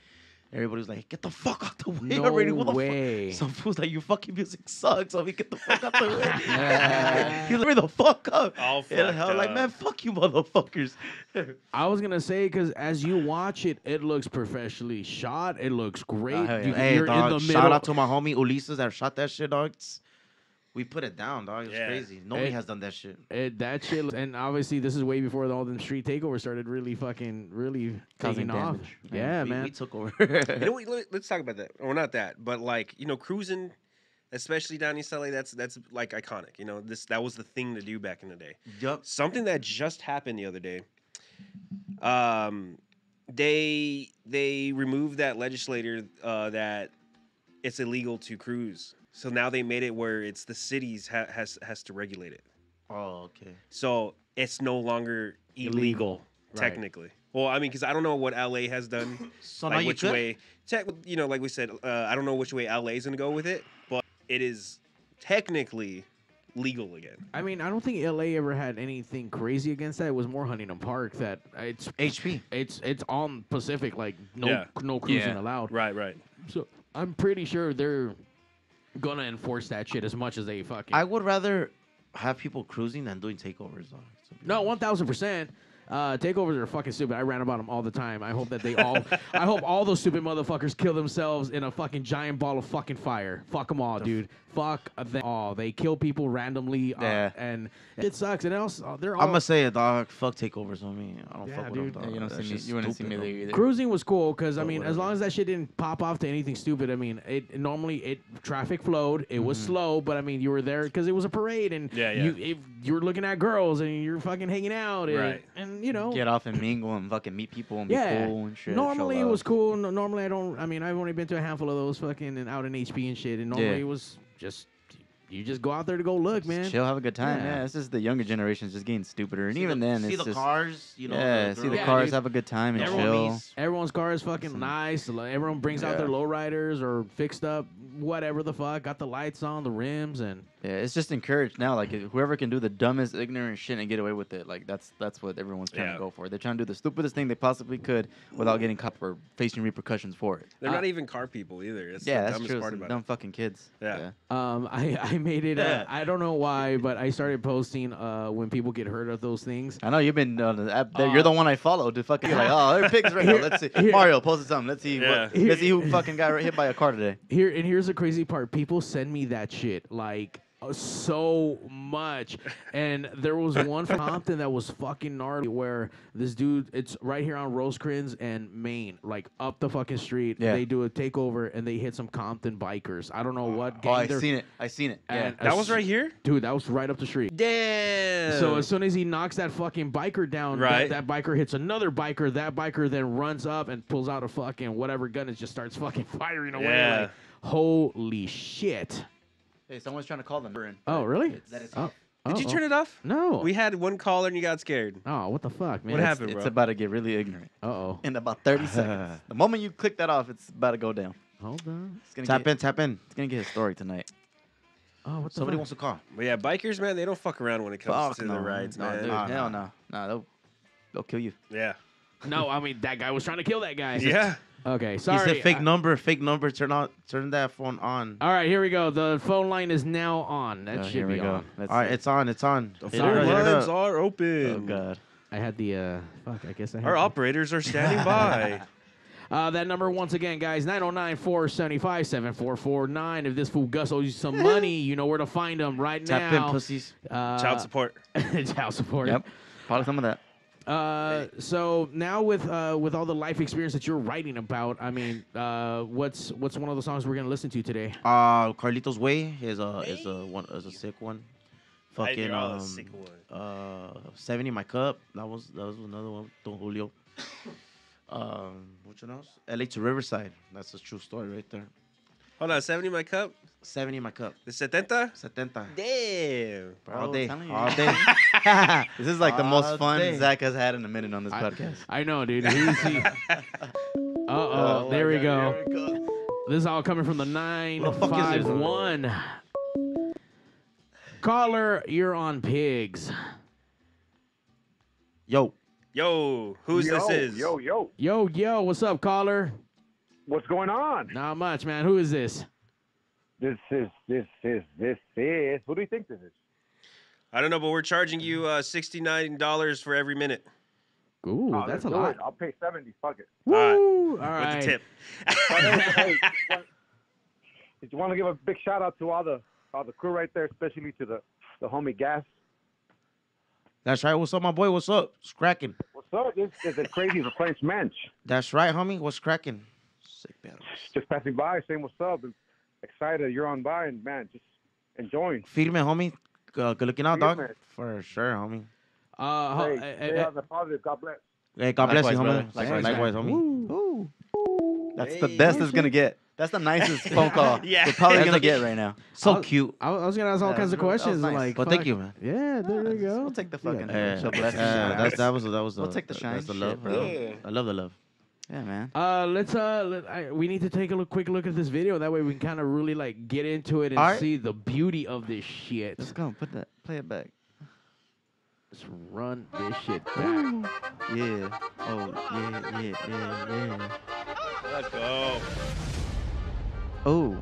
S1: everybody was like, "Get the fuck out the way
S6: No
S1: already!" What the fuck?
S6: way.
S1: Some (laughs) fool's like, "Your fucking music sucks, homie. Get the fuck out the (laughs) way." (laughs) He's like, "Hurry the fuck up!"
S7: All
S1: and
S7: fucked
S1: I'm like,
S7: up.
S1: "Man, fuck you, (laughs) motherfuckers."
S6: I was gonna say because as you watch it, it looks professionally shot. It looks great.
S4: hell yeah.
S6: you,
S1: Oh, Hey,
S6: are
S1: dog,
S6: in the middle.
S1: shout out to my homie Ulises that shot that shit, dog. It's- we put it down, dog. It was
S7: Yeah.
S1: crazy. Nobody
S6: Hey.
S1: has done that shit.
S6: It, that shit, looks- and obviously this is way before all them street takeovers started really fucking really
S4: Causing
S6: taking off.
S4: damage.
S6: Yeah,
S1: we,
S6: man.
S1: we took over. (laughs)
S7: You
S4: (laughs)
S7: know, what, let- let's talk about that. Or not that, but like you know, cruising, especially down East LA. That's that's like iconic. You know, this that was the thing to do back in the day.
S1: Yup.
S7: Something that just happened the other day. Um, they they removed that legislator uh, that it's illegal to cruise. So now they made it where it's the cities ha- has has to regulate it.
S1: Oh, okay.
S7: So it's no longer illegal,
S6: right.
S7: technically. Well, I mean, because I don't know what LA has done
S1: (laughs) So
S7: like
S1: now you
S7: which
S1: could.
S7: way tech you know like we said uh, i don't know which way la's gonna go with it but it is technically legal again
S6: I mean, I don't think LA ever had anything crazy against that. It was more Huntington Park that it's
S1: HP.
S6: it's it's on Pacific, like no
S7: Yeah.
S6: no cruising
S4: Yeah.
S6: allowed.
S7: right right
S6: So I'm pretty sure they're gonna enforce that shit as much as they fucking.
S1: I would rather have people cruising than doing takeovers, dog. So-
S6: No, one thousand percent. Uh, takeovers are fucking stupid. I rant about them all the time. I hope that they all, I hope all those stupid motherfuckers kill themselves in a fucking giant ball of fucking fire. Fuck them all, dude. Fuck them all. They kill people randomly, uh,
S4: Yeah.
S6: and it sucks. And also, they're all.
S1: I'm gonna say it, dog. Fuck takeovers, homie. I don't
S6: Yeah,
S1: fuck with
S6: dude.
S1: them,
S4: Oh. Yeah,
S1: dog.
S4: you don't
S1: That
S4: see me.
S1: shit's
S4: You wouldn't see
S1: stupid,
S4: me
S1: homie.
S4: there either.
S6: Cruising was cool because I
S7: Oh,
S1: But
S6: mean, as
S1: whatever.
S6: long as that shit didn't pop off to anything stupid, I mean, it normally it traffic flowed. It was slow, but I mean, you were there because it was a parade, and
S7: Mm-hmm. Yeah, yeah.
S6: you if you were looking at girls and you're fucking hanging out, and,
S7: Right.
S6: and you know,
S4: Get off and mingle and fucking meet people and be
S6: yeah.
S4: cool and shit. show
S6: normally it
S4: love.
S6: was cool. No, normally I don't. I mean, I've only been to a handful of those fucking and out in HP and shit. And normally
S4: Yeah.
S6: it was just you just go out there to go look, man.
S4: Chill, have a good time.
S6: Yeah.
S4: Yeah, it's just the younger generation's just getting stupider, and
S1: See
S4: even
S1: the-
S4: then,
S1: see
S4: it's
S1: the
S4: just
S1: cars, you know, the
S4: yeah, see the
S1: girls,
S4: cars,
S6: dude.
S4: have a good time and
S1: the
S4: chill.
S1: homies.
S6: Everyone's car is fucking nice. Like, Everyone brings out their
S4: Yeah.
S6: lowriders or fixed up, whatever the fuck. Got the lights on, the rims, and
S4: Yeah, it's just encouraged now. Like whoever can do the dumbest, ignorant shit and get away with it, like that's that's what everyone's trying
S7: Yeah.
S4: to go for. They're trying to do the stupidest thing they possibly could without getting caught or facing repercussions for it.
S7: They're not even car people either. It's
S4: Uh, yeah,
S7: the
S4: that's
S7: dumbest
S4: true.
S7: part
S4: Some
S7: about
S4: dumb fucking kids.
S7: Yeah.
S6: Um, I, (laughs) I made it. Uh, I don't know why, but I started posting uh, when people get hurt of those things.
S4: I know you've been on the app. there. you're the one I followed to fucking like, oh, there are pigs right now. Let's see. Mario posted something. Let's see.
S7: Yeah.
S4: What, let's see who fucking got hit by a car today.
S6: Here and here's the crazy part. People send me that shit like uh, so much, and there
S4: (laughs)
S6: was one from Compton that was fucking gnarly where this dude. It's right here on Rosecrans and Maine, like up the fucking street.
S4: Yeah.
S6: They do a takeover and they hit some Compton bikers. I don't know what gang
S4: Oh, I
S6: they're-
S4: seen it. I seen it. Yeah.
S6: and
S7: it. That
S6: as-
S7: was right here?
S6: Dude, that was right up the street.
S7: Damn.
S6: So as soon as he knocks that fucking biker down, that-
S7: Right.
S6: that, biker hits another biker. That biker then runs up and pulls out a fucking whatever gun and just starts fucking (laughs) firing away.
S7: Yeah.
S6: Like, holy shit!
S4: Hey, someone's trying to call them.
S6: Oh really? Oh,
S7: Did you turn
S6: it?
S7: it off?
S6: No.
S7: We had one caller and you got scared.
S6: Oh, what the fuck, man?
S7: What happened,
S4: It's
S7: bro?
S4: about to get really ignorant
S6: Uh oh.
S4: in (laughs) about (laughs) 30 seconds. The moment you click that off, it's about to go down.
S6: Hold on.
S4: It's gonna
S1: Tap
S4: get,
S1: in, tap in.
S4: It's gonna get historic tonight.
S6: Oh, what the
S1: Somebody
S6: fuck?
S1: wants to call.
S7: But yeah, bikers, man, they don't fuck around when it comes
S4: Fuck
S7: to
S4: no,
S7: the rides,
S4: no,
S7: man.
S4: Dude,
S1: Nah,
S4: hell
S1: nah.
S4: no, no, they'll, they'll kill you.
S7: Yeah.
S6: no, I mean that guy was trying to kill that guy.
S4: (laughs)
S7: Yeah.
S6: Okay,
S1: He
S6: sorry.
S1: said fake
S4: uh,
S6: I-
S1: number, fake number. Turn on, turn that phone on.
S6: All right, here we go. The phone line is now on. That
S4: Oh,
S6: should
S4: here
S6: be
S4: we go.
S6: on.
S4: Let's
S1: All right,
S4: see.
S1: it's on, it's on. Hit it
S6: phone
S1: up, hit it
S7: lines
S1: up.
S7: are open.
S4: oh god.
S6: I had the uh fuck. I guess I had
S7: Our
S6: the-
S7: operators
S4: (laughs)
S7: are standing by.
S6: Uh, that number once again, guys, 909-475-7449. If this fool Gus owes you some money, you know where to find him right
S1: Tap
S6: now.
S1: in, pussies.
S6: Uh, (laughs)
S7: Child support.
S6: child support.
S4: Yep. Probably some of that.
S6: Uh, so now with uh, with all the life experience that you're writing about, I mean, uh, what's what's one of the songs we're gonna listen to today?
S1: Uh, Carlitos Way is a is a one is a sick one. Fucking
S7: all a
S1: um,
S7: sick one.
S1: uh, seventy in my cup. That was that was another one. Don Julio. (coughs) um, which one else? L.A. to Riverside. That's a true story right there.
S7: Hold on, 70 in my cup?
S1: Seventy in my cup.
S7: The 70?
S1: Setenta.
S7: Damn.
S1: All
S4: I'm
S1: day.
S4: telling you.
S1: All day. (laughs)
S4: This is like the
S1: All
S4: most fun
S1: day.
S4: Zach has had in a minute on this
S6: (laughs)
S4: podcast.
S6: I know, dude. He's, he...
S1: (laughs) Oh,
S6: Uh-oh, Oh, there we go. This is all coming from the
S1: What the fuck is this?
S6: 951. Caller, you're on pigs.
S1: Yo.
S7: Yo, who's
S8: yo,
S7: this is?
S8: Yo, yo.
S6: Yo, yo, what's up, caller?
S8: What's going on?
S6: Not much, man. Who is this?
S8: This is, this is, this is. Who do you think this is?
S7: I don't know, but we're charging you uh, $69 for every minute.
S6: Ooh,
S8: Oh, let's
S6: that's a
S8: do
S6: lot.
S8: it. I'll pay 70. Fuck it.
S6: Woo! All
S7: With
S6: right.
S7: the tip.
S8: hey, just want to give a big shout out to all the all the crew right there, especially to the the homie Gas.
S1: That's right. What's up, my boy? What's up? It's cracking.
S8: What's up? This is the crazy, the French mensch.
S1: That's right, homie. What's cracking? Sick battle.
S8: Just passing by, saying what's up. and excited you're on by, and man, just enjoying.
S1: Firme, homie. Uh, good looking out, dog.
S8: Firme.
S1: For sure, homie.
S6: Uh, ho-
S8: Hey,
S6: eh,
S8: stay
S6: eh,
S8: on the positive. God bless.
S1: Hey, God bless you,
S4: Likewise,
S1: homie.
S4: brother.
S1: Likewise, likewise,
S4: Likewise,
S1: homie.
S4: That's the best it's gonna get. That's
S1: (laughs)
S4: the nicest phone call
S7: Yeah.
S4: we're probably
S1: That's
S4: gonna
S1: a- (laughs)
S4: get right now.
S1: So cute.
S6: I, was- I was gonna ask all
S4: Yeah,
S6: kinds
S4: that
S6: of
S4: was- that
S6: questions,
S4: was nice.
S6: like.
S1: But thank
S6: fuck-
S1: you, man.
S6: Yeah, there you go.
S4: We'll take the fucking.
S1: Yeah,
S4: so bless you,
S1: yeah,
S4: Zach.
S1: that's, that was that was.
S4: We'll take the
S1: that-
S4: shine.
S1: That's the love.
S4: Shit,
S1: I love-
S4: bro.
S1: I love the love.
S4: Yeah, man.
S6: Uh, let's uh, let, I, we need to take a look, quick look at this video. That way we can kind of really like get into it and
S4: All right.
S6: see the beauty of this shit.
S4: Let's go. Put that. Play
S1: (laughs)
S4: it back.
S6: Let's run this shit back.
S4: Yeah. Oh yeah yeah yeah yeah.
S7: Let's go.
S4: Oh.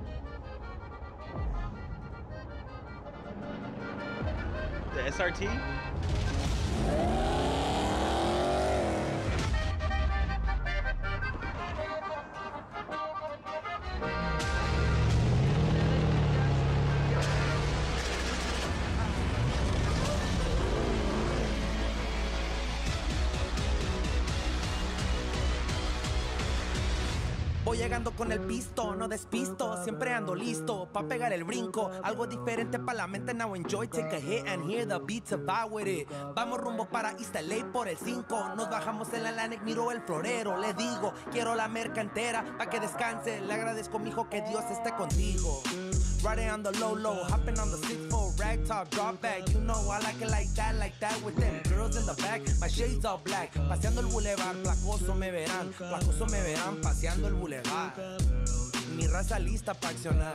S7: The SRT?
S3: Voy llegando con el pisto, no despisto, siempre ando listo pa pegar el brinco, algo diferente pa la mente. Now enjoy, take a hit and hear the beats about with it. Vamos rumbo para East LA por el 5, nos bajamos en la Atlantic, miro el florero, le digo quiero la merca entera pa que descanse. Le agradezco mijo que Dios esté contigo. Riding on the low low, hopping on the six four rag top, drop back. You know I like it like that, like that with them girls in the back. My shades all black. Paseando el boulevard, placoso me verán, placoso me verán, paseando el boulevard. Mi raza lista pa accionar.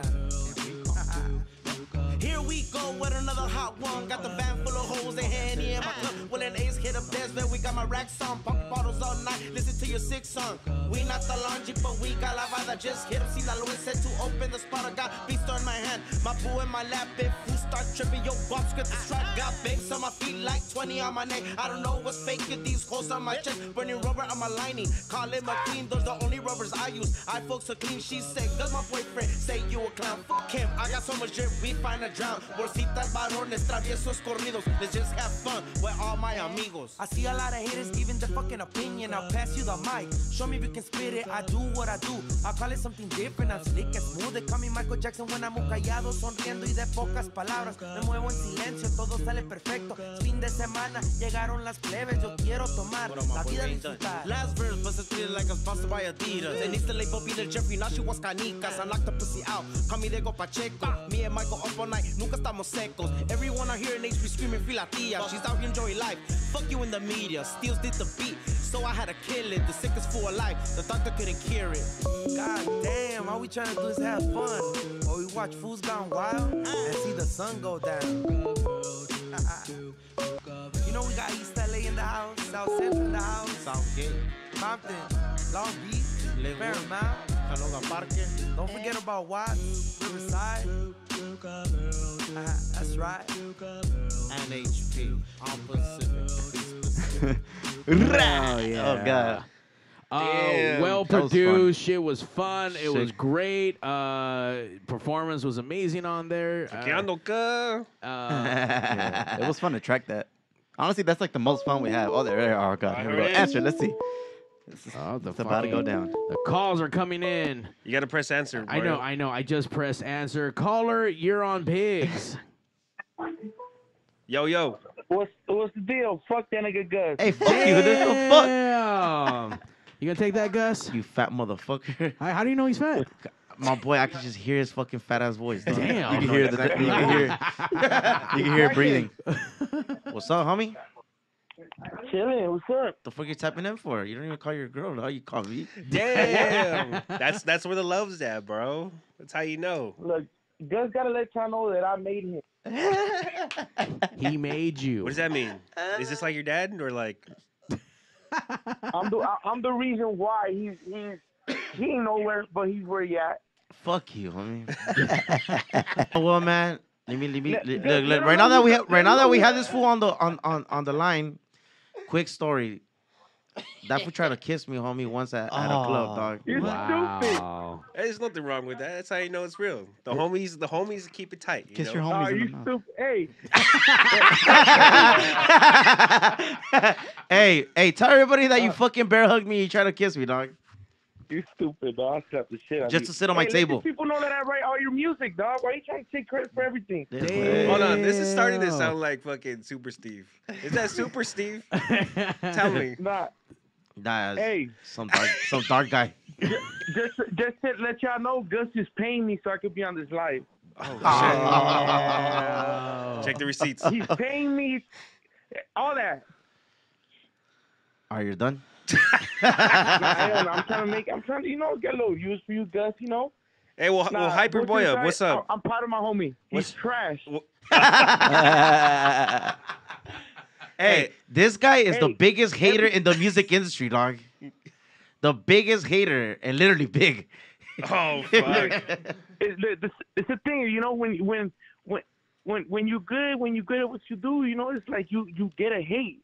S5: Here we go with another hot one. Got the van full of holes and handy in my cup. Well, an ace hit up desk, then we got my racks on. Pop bottles all night, listen to your six song. We not the laundry, but we got la vida. Just hit him, see la luz said to open the spot. I got beast on my hand, my boo in my lap. If you start tripping, your box script the strap. Got bangs on my feet like 20 on my neck. I don't know what's fake with these holes on my chest. Burning rubber on my lining, call it McLean. Those the only rubbers I use. I folks are clean, she said, cause my boyfriend say you a clown. Fuck him, I got so much drip, we find a drown. Bolsitas, varones, traviesos, corridos. Let's just have fun with all my amigos.
S3: I see a lot of haters, even their fucking opinion. I'll pass you the mic. Show me if you can spit it. I do what I do. I call it something different. I'm slick and smooth. They call me Michael Jackson when I'm callado, sonriendo y de pocas palabras. Me muevo en silencio, todo sale perfecto. Es Fin de semana, llegaron las plebes. Yo quiero tomar la vida disfrutar.
S5: Last verse, but it's feeling like I'm sponsored by Adidas. And Easter late Bobby the Jeffrey, now she wants canicas. I knocked the pussy out, call me Diego
S3: Ah.
S5: Pacheco. Me and Michael up all night, nunca estamos secos. Everyone out here in HB screaming free la
S3: Ah.
S5: tía. She's out here enjoying life. Fuck you in the media, Steals did the beat. So I had to kill it, the sickest fool alive. The doctor couldn't cure it.
S3: God damn, all we tryna do is have fun. Or we watch Fools Gone Wild and see the sun go down. you know we got East LA in the house, South Central in the house, Southgate, Compton, Long Beach, Paramount, Canoga Parque. Don't forget about Watts, Riverside. Uh, that's right.
S5: NHP, on Pacific.
S4: Rah! Oh, God.
S6: Uh,
S4: Damn,
S6: well
S4: that was fun.
S6: produced. Shit was fun. It was
S4: Sick.
S6: great. Uh, performance was amazing on there.
S7: Que ando acá.
S6: Uh, uh,
S4: (laughs) Yeah, it was fun to track that. Honestly, that's like the most fun we have. Oh, there, there. Oh, God. Here we go.
S7: There it is.
S4: Answer. Let's see. This is-
S6: oh, the
S4: it's about to go
S6: fucking-
S4: down.
S6: The calls are coming in.
S7: You gotta press answer.
S6: I know,
S7: Mario.
S6: I know. I just pressed answer. Caller, you're on
S7: (laughs)
S6: pigs.
S7: Yo, yo.
S9: What's what's the deal? Fuck that nigga Gus.
S4: Hey, fuck you. This fuck.
S6: Damn. you gonna take that, Gus?
S1: You fat
S4: (laughs)
S1: motherfucker.
S6: Hi, how do you know he's fat?
S1: My boy, I could just hear his fucking fat ass voice. dog.
S6: Damn.
S4: You can hear the, you can hear, you can hear it breathing.
S1: What's up, homie?
S9: Chilling. What's up?
S1: The fuck you tapping in for? You don't even call your girl, dog. You call me.
S7: Damn. that's that's where the love's at, bro. That's how you know.
S9: Look, Gus gotta let y'all know that I made him.
S6: He made you.
S7: What does that mean? Is this like your dad or like?
S9: I'm the I, I'm the reason why he's he's he ain't nowhere, but he's where he at.
S1: Fuck you, homie. (laughs) Oh, well, man. Let me, let me,
S9: Let-
S1: let-
S9: let-
S1: look, look,
S9: let
S1: right
S9: him
S1: now
S9: know
S1: that we
S9: who-
S1: have, right now that we have this fool on the, on, on, on the line. Quick story. That fool tried to kiss me, homie, once at, at a
S4: Aw.
S1: club, dog.
S9: You're stupid.
S6: Wow.
S7: eh, There's nothing wrong with that. That's how you know it's real. The homies, the homies keep it tight. You
S4: Kiss
S7: know?
S4: your homies
S9: Are
S4: in
S9: you
S4: the mouth.
S9: stupid? Hey,
S1: (laughs) hey, hey, tell everybody that you fucking bear hugged me. You try to kiss me, dog.
S9: you stupid, dog. I slapped the shit out of
S1: Just
S9: you.
S1: to sit on my
S9: Hey, let these
S1: table.
S9: people know that I write all your music, dog. Why you trying to take credit for everything?
S1: This
S6: Damn.
S1: way.
S7: Hold on, this is starting to
S6: Damn.
S7: sound like fucking Super Steve. Is that Super Steve? Tell me.
S9: Nah,
S1: Nah,
S9: hey,
S1: some dark, some dark guy.
S9: just just to let y'all know, Gus is paying me so I could be on this live.
S7: Check the receipts. (laughs)
S9: He's paying me all that.
S1: Are you done?
S9: Nah,
S7: (laughs)
S9: hell no, I'm trying to make. I'm trying to, you know, get a little use for you, Gus. You know.
S7: Hey, well,
S9: Nah,
S7: well, hyper
S9: Gus
S7: boy
S9: is
S7: up.
S9: right.
S7: What's up?
S9: I- I'm proud of my homie. He's
S7: What's-
S9: trash.
S1: Oh, Hey, this guy is the
S9: Hey,
S1: biggest hater in the music industry, dog. The biggest hater, and literally big.
S7: (laughs) Oh fuck.
S9: It's the, the, it's the thing, you know, when when when when when you good, when you good at what you do, you know, it's like you you get a hate.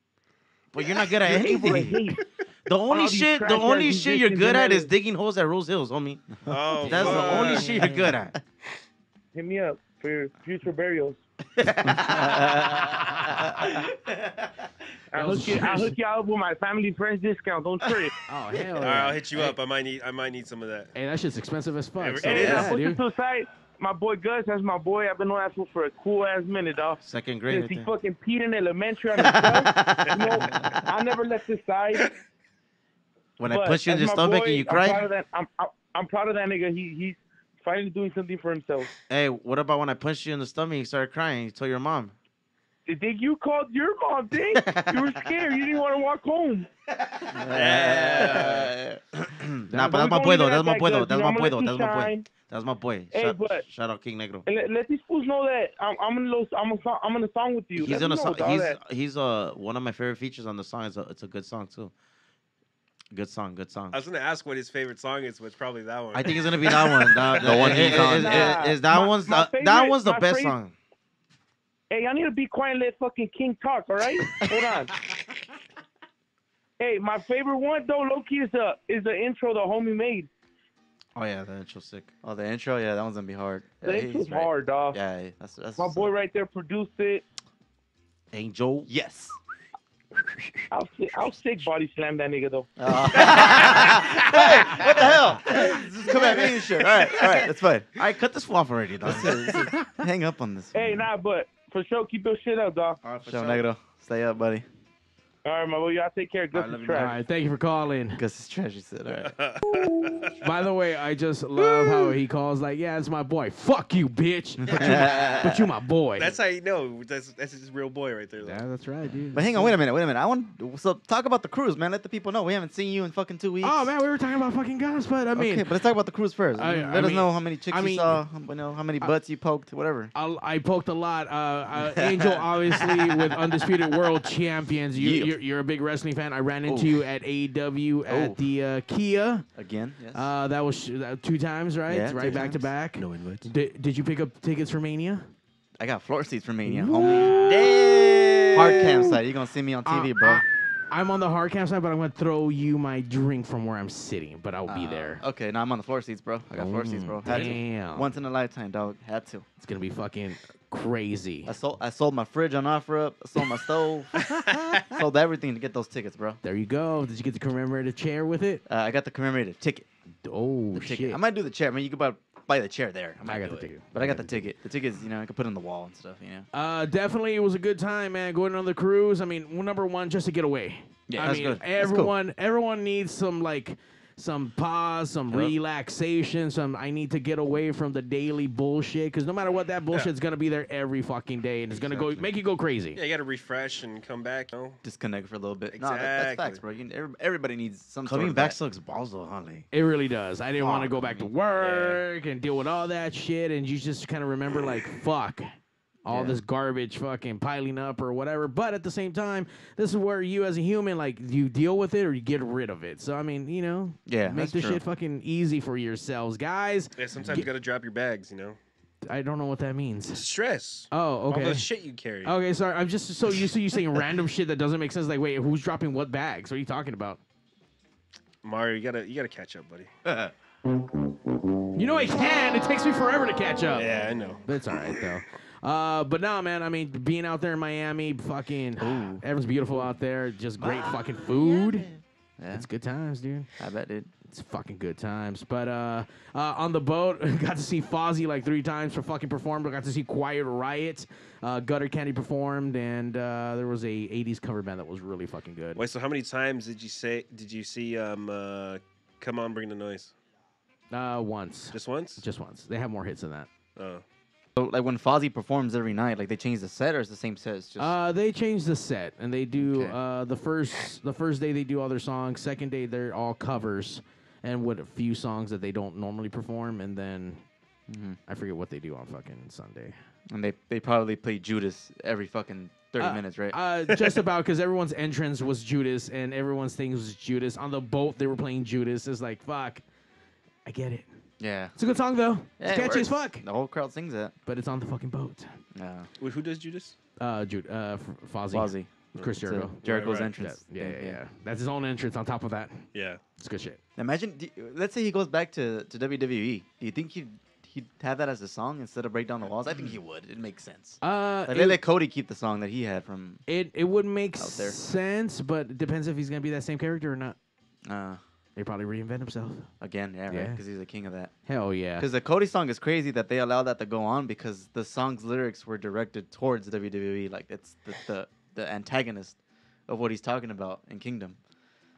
S1: (laughs) But you're not good at
S9: People that
S1: anything.
S7: (laughs)
S9: hate.
S1: The only
S9: all these
S1: shit, the
S9: trash-ass
S1: only shit you're
S9: musicians
S1: good
S9: and
S1: at is
S9: others.
S1: digging holes at Rose Hills, homie.
S7: Oh,
S1: That's the only
S7: fuck.
S1: shit you're good at.
S9: Hit me up for your future burials. I hook you. I hook you all up with my family friends discount. Don't
S3: (laughs)
S7: (laughs)
S9: trip.
S6: oh hell yeah.
S7: All right, I'll hit you up. I might need, I might need some of that.
S6: Hey, that shit's expensive as fuck.
S7: Every-
S6: so
S7: it
S9: Hey,
S7: is.
S9: now
S6: yeah,
S9: put
S6: dude.
S9: this to the side. My boy Gus, that's my boy. I've been on that fool for a cool ass minute, dog.
S1: Second grade.
S9: Since he
S1: right there.
S9: fucking peed in
S10: (laughs)
S9: elementary on himself,
S1: (laughs)
S9: you know, I never left his side.
S1: When I
S9: But
S1: push you in
S9: as
S1: your
S9: my
S1: stomach
S9: boy,
S1: and you
S9: I'm proud
S1: cry.
S9: of that. I'm, I'm, I'm proud of that nigga. He he's finally doing something for himself.
S10: Hey, what about when I punched you in the stomach? You started crying. You told your
S9: (laughs)
S10: mom.
S9: Did you called your
S10: (laughs)
S9: mom, Dick? you were scared. You didn't want to walk home.
S10: Yeah. nah, but
S9: but
S10: that's
S9: we
S10: my
S9: don't
S10: boy
S9: even
S10: though.
S9: act
S10: That's my
S9: like
S10: boy though.
S9: that,
S10: That's
S9: you know,
S10: my
S9: I'ma
S10: boy
S9: let
S10: though.
S9: you
S10: That's my boy.
S9: shine.
S10: That's my boy.
S9: Hey,
S10: Shout,
S9: but-
S10: shout out King Negro.
S9: And let, let these fools know that I'm I'm in those, I'm a song, I'm in a song with you.
S10: He's
S9: let
S10: on a
S9: them
S10: song.
S9: know with all
S10: He's
S9: that.
S10: he's uh one of my favorite features on the song. It's a it's a good song too. Good song. Good song.
S7: I was gonna ask what his favorite song is, but it's probably that one.
S10: I think it's gonna be that one. eh, That,
S1: (laughs) The one
S10: it-
S1: he
S10: it-
S1: found.
S10: it-
S9: Nah,
S10: it- it's that
S9: my-
S10: one's
S9: my
S10: the, that
S9: favorite-
S10: one's the
S9: my
S10: best
S9: favorite-
S10: song.
S9: Hey, y'all need to be quiet and let fucking King talk, all right?
S10: (laughs)
S9: Hold on. Hey, my favorite one though, Loki, is the is the intro the homie made.
S10: Oh yeah, the intro sick.
S1: Oh, the intro, yeah, that one's gonna be hard.
S9: The
S1: yeah,
S9: intro's
S1: he's right.
S9: hard, dog.
S1: Yeah, that's that's
S9: My boy right there produced it.
S10: Angel.
S1: (laughs) Yes.
S9: I'll sick, I'll sick body slam that nigga though.
S1: What the hell? Just come at me and shit. All right, all right, that's fine.
S10: I cut this one off already. Dog.
S1: Hang up on this.
S9: Hey, nah, but for sure, keep your shit up, dog.
S10: All right, for
S1: Show
S10: sure.
S1: negro. Stay up, buddy.
S9: All right, my boy, y'all take care. Good
S10: love you,
S9: for
S6: All
S9: trash.
S6: right, thank you for calling.
S1: Because it's trash. You said, all right.
S6: By the way, I just love how he calls like, "Yeah, it's my boy. Fuck you, bitch. But you, but you my boy."
S7: That's how you know. That's that's his real boy right there. Though.
S6: yeah, that's right, dude.
S1: But hang on, wait a minute, wait a minute. I want so talk about the cruise, man. Let the people know we haven't seen you in fucking two weeks.
S6: Oh man, we were talking about fucking guns, but I mean,
S1: okay, but let's talk about the cruise first.
S6: I-
S1: Let
S6: I
S1: us
S6: mean-
S1: know how many chicks
S6: I mean-
S1: you saw, how, you know, how many butts you poked, whatever.
S6: I'll, I poked a lot. Uh,
S1: (laughs)
S6: uh, Angel, obviously, with Undisputed World Champions. You,
S1: Yeah.
S6: you're, you're a big wrestling fan. I ran into
S1: Oh.
S6: you at AEW
S1: Oh.
S6: at the uh, Kia.
S1: Again, yes.
S6: Uh, that was uh, two times, right?
S1: Yeah,
S6: right
S1: two
S6: back to
S1: times.
S6: back.
S10: No invites.
S6: Did, did you pick up tickets for Mania?
S1: I got floor seats for Mania, homie. Hard cam side. You're gonna see me on TV,
S6: Uh,
S1: bro.
S6: I, I'm on the hard camp side, but I'm going to throw you my drink from where I'm sitting, but I'll be
S1: Uh,
S6: there.
S1: Okay, now I'm on the floor seats, bro. I got floor seats,
S6: Mm,
S1: bro. Had
S6: damn.
S1: to. Once in a lifetime, dog. Had to.
S6: It's going to be fucking crazy.
S1: I sold I sold my fridge on OfferUp. I
S6: (laughs)
S1: sold my stove. (laughs) sold everything to get those tickets, bro.
S6: There you go. Did you get to commemorate a chair with it?
S1: Uh, I got the commemorative ticket.
S6: Oh,
S1: The
S6: shit.
S1: ticket. I might do the chair. I mean, you could buy, buy the chair there. I, might
S6: got
S1: do
S6: the
S1: it.
S6: ticket.
S1: But I got the ticket. The tickets, you know, I could put it on the wall and stuff. You know.
S6: Uh, definitely, it was a good time, man. Going on the cruise. I mean, well, number one, just to get away.
S1: Yeah,
S6: I
S1: that's
S6: mean,
S1: good. That's cool.
S6: everyone, everyone needs some like, some pause, some
S1: Yep.
S6: relaxation. Some I need to get away from the daily bullshit because no matter what, that bullshit's gonna be there every fucking day, and it's gonna go
S10: Exactly.
S6: make you go crazy.
S7: Yeah, you gotta refresh and come back. You know?
S1: Disconnect for a little bit. No, that, that's
S7: Exactly.
S1: facts, bro. You, every- everybody needs some sort
S10: Coming
S1: of
S10: back
S1: that.
S10: sucks balls though, huh? Like,
S6: It really does. I didn't want to
S1: Fuck,
S6: go back to work and deal with all that shit, and you just kind of remember
S1: (sighs)
S6: like, fuck, all
S1: Yeah.
S6: this garbage fucking piling up or whatever. But at the same time, this is where you as a human like you deal with it or you get rid of it. So I mean, you know,
S1: Yeah,
S6: make
S1: that's
S6: this
S1: true.
S6: shit fucking easy for yourselves, guys.
S7: Yeah, sometimes you gotta drop your bags. You know,
S6: I don't know what that means.
S7: stress.
S6: Oh,
S7: All
S6: okay.
S7: the shit you carry.
S1: Oh.
S6: Okay, sorry. I'm just so used to you saying random shit that doesn't make sense. Like, wait, who's dropping what bags? What are you talking about?
S7: Mario, you gotta you gotta catch up,
S1: (laughs)
S7: buddy.
S6: You know I can. It takes me forever to catch up.
S7: Yeah, I know.
S6: But it's all right though. Uh, but nah, man. I mean, being out there in Miami, fucking, everything's beautiful out there. Just great fucking food.
S1: Yeah,
S6: It's good times, dude.
S1: I bet, dude.
S6: It's fucking good times. But uh, uh, on the boat, (laughs) got to see Fozzy like three times for fucking performed. I got to see Quiet Riot, uh, Gutter Candy performed, and uh, there was a '80s cover band that was really fucking good.
S7: Wait, so how many times did you say did you see um uh come on bring the noise?
S6: Uh, once, just,
S7: Just once?
S6: once. They have more hits than that.
S7: oh.
S1: So, like when Fozzy performs every night, like they change the set or it's the same set. It's just
S6: Uh, they change the set, and they do
S1: Okay.
S6: uh, the first the first day they do all their songs. Second day they're all covers, and what a few songs that they don't normally perform, and then
S1: Mm-hmm.
S6: I forget what they do on fucking Sunday.
S1: and they they probably play Judas every fucking thirty
S6: Uh,
S1: minutes, right?
S6: Uh, just about because everyone's entrance was Judas, and everyone's thing was Judas. On the boat they were playing Judas. It's like fuck, I get it.
S1: yeah.
S6: It's a good song though. It's
S1: Yeah, it
S6: catchy as
S1: works.
S6: fuck,
S1: The whole crowd sings that.
S6: but it's on the fucking boat.
S1: Yeah.
S7: Wait, who does Judas?
S6: Uh, Jude, uh, F- Fozzy,
S1: Fozzy.
S6: Chris
S1: It's, uh,
S6: Jericho.
S1: Jericho's
S7: right.
S1: entrance.
S6: yeah,
S1: thing,
S6: yeah, yeah, yeah. That's his own entrance. On top of that,
S7: Yeah.
S6: it's good shit.
S1: Imagine, do you- let's say he goes back to, to WWE. Do you think he'd, he'd have that as a song instead of Break Down the Walls? I think he would. It makes sense.
S6: Uh,
S1: Like,
S6: it-
S1: they let Cody keep the song that he had from.
S6: It it would make
S1: Out there.
S6: sense, but it depends if he's gonna be that same character or not.
S1: Uh,
S6: They probably reinvent himself.
S1: again, yeah, right?
S6: Yeah. Uh.
S1: Because he's the king of that.
S6: Hell yeah.
S1: Because the Cody song is crazy that they allowed that to go on because the song's lyrics were directed towards E. WWE. Like, it's the, the, the antagonist of what he's talking about in Kingdom.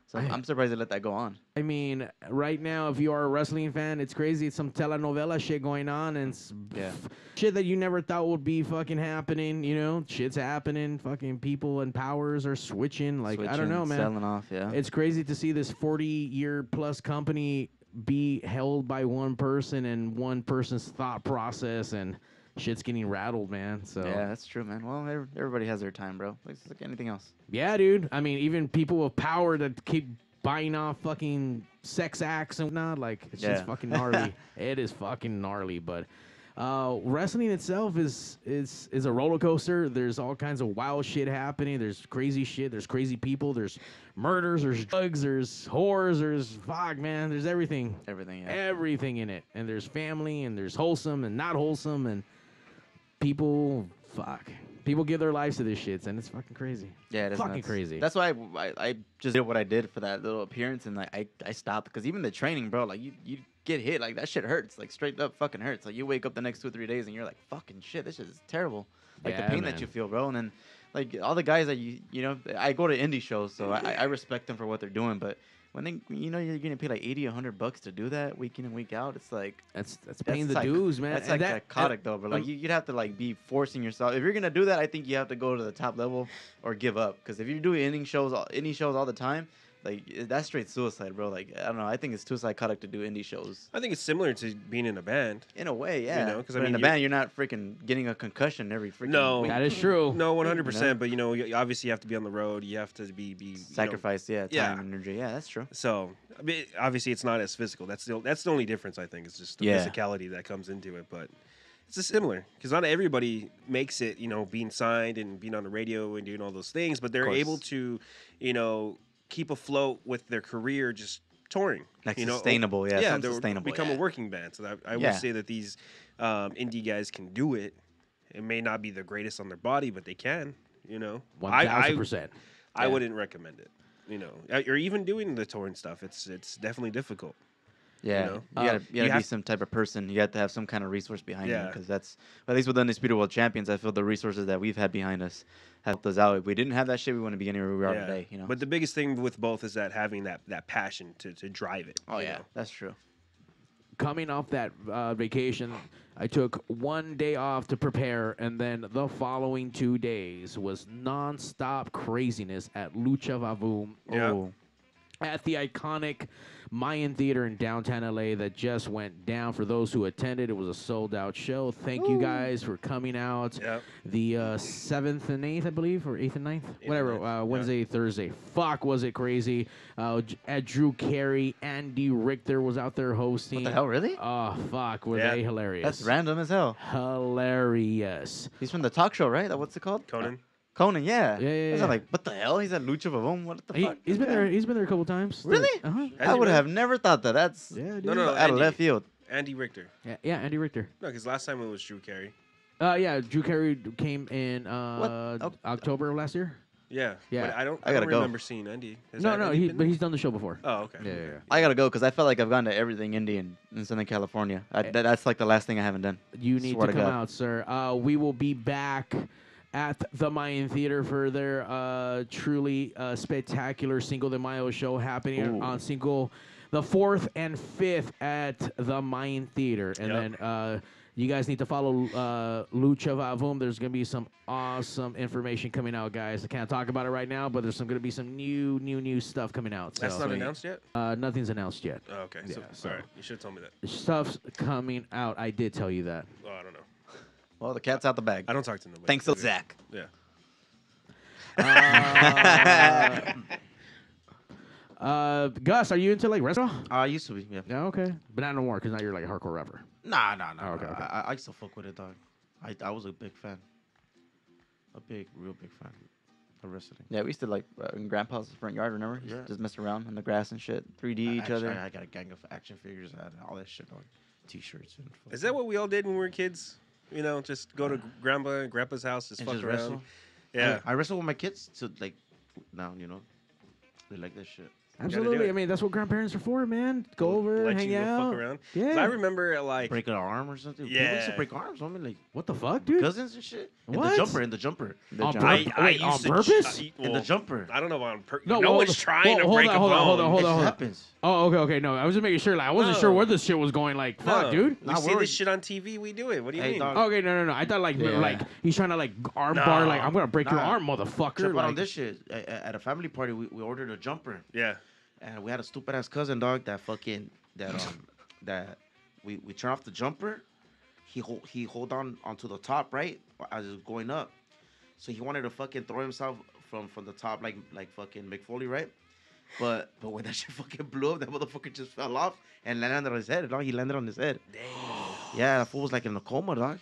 S4: So I'm surprised they let that go on.
S6: I mean, right now, if you are a wrestling fan, it's crazy. It's some telenovela shit going on, and it's
S4: Yeah.
S6: shit that you never thought would be fucking happening. You know, shit's happening. Fucking people and powers are switching. Like I don't
S4: Switching,
S6: know, man.
S4: selling off, yeah.
S6: It's crazy to see this forty-year plus company be held by one person and one person's thought process, and shit's getting rattled, man. So
S4: Yeah, that's true, man. Well, ev- everybody has their time, bro. Like, it's like anything else.
S6: Yeah, dude. I mean, even people with power that keep buying off fucking sex acts and whatnot, like it's
S4: Yeah. (laughs)
S6: just fucking gnarly. it is fucking gnarly, but uh, wrestling itself is is is a roller coaster. There's all kinds of wild shit happening. There's crazy shit. There's crazy people. There's murders. There's drugs. There's whores. There's fuck, man. There's everything.
S4: Everything. Yeah.
S6: Everything in it. And there's family. And there's wholesome and not wholesome. And people, fuck, people give their lives to this shit, and it's fucking crazy.
S4: Yeah, it is
S6: fucking
S4: nuts.
S6: crazy.
S4: That's why I, I, I just did what I did for that little appearance, and like I, I stopped because even the training, bro, like you you get hit, like that shit hurts, like straight up fucking hurts. Like you wake up the next two or three days and you're like, fucking shit, this shit is terrible. Like
S6: Yeah,
S4: the pain that you
S6: man.
S4: feel, bro, and then like all the guys that you you know, I go to indie shows, so I, I- I respect them for what they're doing, but. When they, you know, you're gonna pay like 80, 100 bucks to do that week in and week out. It's like
S6: that's that's paying the dues, man.
S4: That's
S6: And
S4: like
S6: that-
S4: psychotic,
S6: and-
S4: though, but like
S6: um,
S4: you, you'd have to like be forcing yourself. If you're gonna do that, I think you have to go to the top level or give up. Because if you do ending shows,
S1: uh,
S4: all indie shows all the time, like i- that's straight suicide, bro. Like I don't know. I think it's too psychotic to do indie shows.
S7: I think it's similar to being in a band.
S4: In a way, yeah.
S7: You know, because I
S4: But
S7: mean,
S4: in a
S7: you're-
S4: band, you're not freaking getting a concussion every freaking.
S7: No,
S4: week.
S7: No, one hundred
S4: You know?
S7: percent. But you know, you- obviously, you have to be on the road. You have to be be you know-
S4: Sacrifice, yeah, time,
S7: yeah.
S4: energy. Yeah, that's true.
S7: So, I mean, obviously, it's not as physical. That's the that's the only difference I think. It's just the
S4: Yeah.
S7: physicality that comes into it, but it's just similar because not everybody makes it. You know, being signed and being on the radio and doing all those things, but they're
S4: course.
S7: able to, you know, keep afloat with their career just touring.
S4: Like
S7: you know,
S4: sustainable, yeah,
S7: yeah,
S4: something
S7: they're-
S4: sustainable,
S7: Become
S4: yeah.
S7: a working band. So that, I
S4: Yeah.
S7: will say that these um, indie guys can do it. It may not be the greatest on their body, but they can. You know, I- I-
S6: 1000%.
S7: I
S6: Yeah.
S7: wouldn't recommend it. You know, Uh, or even doing the touring stuff. It's it's definitely difficult.
S4: Yeah,
S7: you, know?
S4: you gotta, you gotta be
S7: have-
S4: some type of person. You got to have some kind of resource behind you
S7: Yeah.
S4: because that's at least with Undisputed World Champions. I feel the resources that we've had behind us have helped us out. If we didn't have that shit, we wouldn't be anywhere we are
S7: yeah.
S4: today. You know.
S7: But the biggest thing with both is that having that that passion to, to drive it.
S4: oh yeah, that's true.
S6: coming off that uh, vacation, I took one day off to prepare, and then the following two days was nonstop craziness at Lucha Vavoom.
S7: Yeah.
S6: At the iconic Mayan Theater in downtown LA that just went down. For those who attended, it was a sold out show. Thank you guys for coming out. The uh, 7th and 8th, I believe, or 8th and 9th? Whatever, uh, Wednesday, Thursday. Fuck, was it crazy. Uh, J- at Drew Carey, Andy Richter was out there hosting.
S4: the hell,
S7: Uh,
S4: really?
S6: Oh, fuck, were
S4: Yeah.
S6: they hilarious.
S4: That's random as hell.
S6: Hilarious.
S4: He's from the talk show, right? That- What's it called?
S7: Conan.
S4: Conan, yeah.
S6: Yeah, yeah,
S4: That's
S6: yeah.
S4: Not like what the hell? He's at Lucha Vivum. What the
S6: He,
S4: fuck?
S6: he's been there. He's been there a couple times.
S4: Really?
S6: Uh-huh.
S4: I would have never thought that. That's
S6: Yeah,
S7: No, no, no,
S4: out of
S7: Andy.
S4: left field.
S7: Andy Richter.
S6: Yeah, yeah, Andy Richter.
S7: No, because last time it was Drew Carey.
S6: Uh, yeah, Drew Carey d- came in uh,
S7: Oh.
S6: October of last year.
S7: Yeah.
S6: Yeah.
S7: But I don't.
S4: I
S7: I,
S4: gotta
S7: don't
S4: go.
S7: remember seeing Andy. Has
S6: no,
S7: that
S6: no,
S7: Andy
S6: he,
S7: been
S6: but
S7: there?
S6: he's done the show before.
S7: Oh, okay.
S6: Yeah, yeah, yeah.
S4: I gotta go because I felt like I've gone to everything Indian in Southern California. I, that, that's like the last thing I haven't done.
S6: Eh. You need
S4: Swear
S6: to come
S4: God.
S6: out, sir. Uh, we will be back at the Mayan Theater for their uh, truly uh, spectacular Cinco de Mayo show happening
S4: Ooh.
S6: on Cinco, the fourth and fifth at the Mayan Theater, and
S4: Yep.
S6: then. Uh, you guys need to follow uh, Lucha Vavoom. There's going to be some awesome information coming out, guys. I can't talk about it right now, but there's some going to be some new, new, new stuff coming out.
S7: That's
S6: so-
S7: not announced yet?
S6: Uh, nothing's announced yet.
S7: Oh, okay.
S6: Yeah,
S7: so,
S6: so-
S7: all right. You should have told me that.
S6: Stuff's coming out. I did tell you that.
S7: Oh, I don't know.
S4: Well, the cat's out the bag.
S7: I don't talk to nobody.
S4: Thanks, to Zach.
S7: Yeah.
S6: Uh,
S1: (laughs)
S6: uh, Gus, are you into like wrestling?
S1: I used to be. Yeah.
S6: No, okay, but not no more because now you're like a hardcore rapper.
S1: Nah, nah, nah.
S6: Oh, okay,
S1: nah.
S6: okay.
S1: I, I- I used to fuck with it, dog. I, I was a big fan. A big, real big fan of wrestling.
S4: Yeah, we used to like uh, in Grandpa's front yard. Remember? Just-
S1: Yeah.
S4: Just mess around in the grass and shit. 3D
S1: I-
S4: each
S1: actually,
S4: other.
S1: I got a gang of action figures and all that shit on t-shirts and fuck-
S7: Is that what we all did when we were kids? You know, just go to grandpa and grandpa's house, just
S1: and
S7: fuck
S1: just
S7: around.
S1: wrestle.
S7: Yeah.
S1: I, I wrestle with my kids to like now, you know. They like that shit.
S7: do
S6: Absolutely.
S7: it.
S6: I mean, that's what grandparents are for, man. Go over,
S7: Let
S6: hang
S7: you
S6: out.
S7: fuck around. 'Cause
S6: Yeah.
S7: I remember like
S1: break an arm or something. People used
S7: Yeah.
S1: to break arms on me, like
S6: what the fuck, dude?
S1: Cousins and shit. In
S6: What?
S1: the jumper, in the jumper.
S6: The On jumper. purp- wait, on
S7: used to-
S6: purpose?
S7: I-
S1: in the
S7: well,
S1: jumper.
S7: I don't know about on purpose.
S6: No,
S7: No,
S6: well,
S7: one's
S6: the-
S7: trying
S6: well,
S7: to
S6: hold
S7: break
S6: on,
S7: a
S6: hold on, hold
S7: bone.
S6: on, hold
S1: It
S6: on, hold on.
S1: happens.
S6: Oh, okay, okay. No, I was just making sure. Like, I wasn't sure
S7: No.
S6: where this shit was going. Like, fuck,
S7: No,
S6: dude.
S7: We
S1: Nah,
S7: see
S1: we're-
S7: this shit on TV. We do it. What do you
S1: Hey,
S7: mean?
S1: dog.
S6: Okay, no, no, no. I thought like, m-
S4: Yeah.
S6: like he's trying to like arm
S7: No,
S6: bar. Like, I'm gonna break your
S1: nah.
S6: arm, motherfucker.
S1: Check out on
S6: Like,
S1: this shit. A- a- At a family party, we, we ordered a jumper,
S7: Yeah.
S1: and we had a stupid ass cousin dog that fucking that um that we we turn off the jumper. He hold he hold on onto the top right as it's going up, so he wanted to fucking throw himself from from the top like like fucking McFoley right. But but when that (laughs) shit fucking blew up, that motherfucker just fell off and landed on his head. Dog, he landed on his head. Yeah, that fool was like in a coma, dog.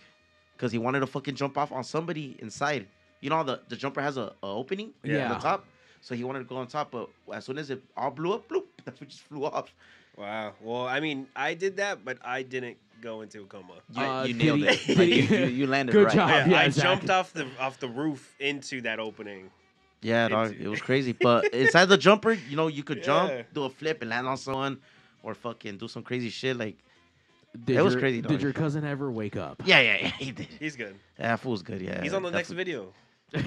S1: Cause he wanted to fucking jump off on somebody inside. You know how the, the jumper has a, a opening
S6: Yeah.
S1: on the top? So he wanted to go on top, but as soon as it all blew up, bloop, (laughs) that fool just flew off.
S7: Wow. Well, I mean, I did that, but I didn't go into a coma.
S1: You,
S6: Uh,
S1: you
S6: did
S1: nailed
S6: he-
S1: (laughs) it.
S6: (laughs) did
S1: Like,
S6: he-
S1: you, you, you landed
S6: Good
S1: right.
S6: job.
S7: Yeah,
S6: yeah,
S7: I
S6: Zach.
S7: jumped off the off the roof into that opening.
S1: Yeah, dog.
S6: (laughs)
S1: It was crazy. But inside the jumper, you know, you could jump,
S7: Yeah.
S1: do a flip and land on someone, or fucking do some crazy shit. Like,
S6: Did
S1: That was
S6: your-
S1: crazy,
S6: Did
S1: dog.
S6: your cousin ever wake up?
S1: yeah, yeah, yeah, he did.
S7: He's good.
S1: Yeah, that fool's good, yeah.
S7: He's on the
S1: that
S7: next
S6: (laughs)
S1: fool-
S7: video.
S1: (laughs) la,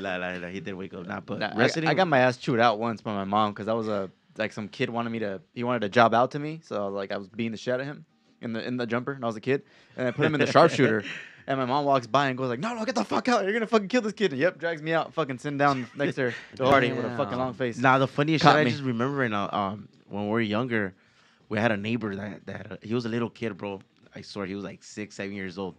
S1: la, la, la, he did wake up. Nah, but
S4: Nah, I,
S1: rest in
S4: I
S1: peace.
S4: got my ass chewed out once by my mom because I was a like some kid wanted me to he wanted to job out to me, so I was like I was beating the shit out of him in the in the jumper, and I was a kid, and I put him in the sharpshooter, and my mom walks by and goes like, "No, no, get the fuck out! You're gonna fucking kill this kid!" And yep, drags me out, fucking sitting
S7: (laughs)
S4: down next to her party with a fucking long face.
S1: Nah, the funniest
S4: Caught
S1: shit
S4: me.
S1: I just remember right now. Um, when we were younger, we had a neighbor that that uh, he was a little kid, bro. I swear he was like six, seven years old.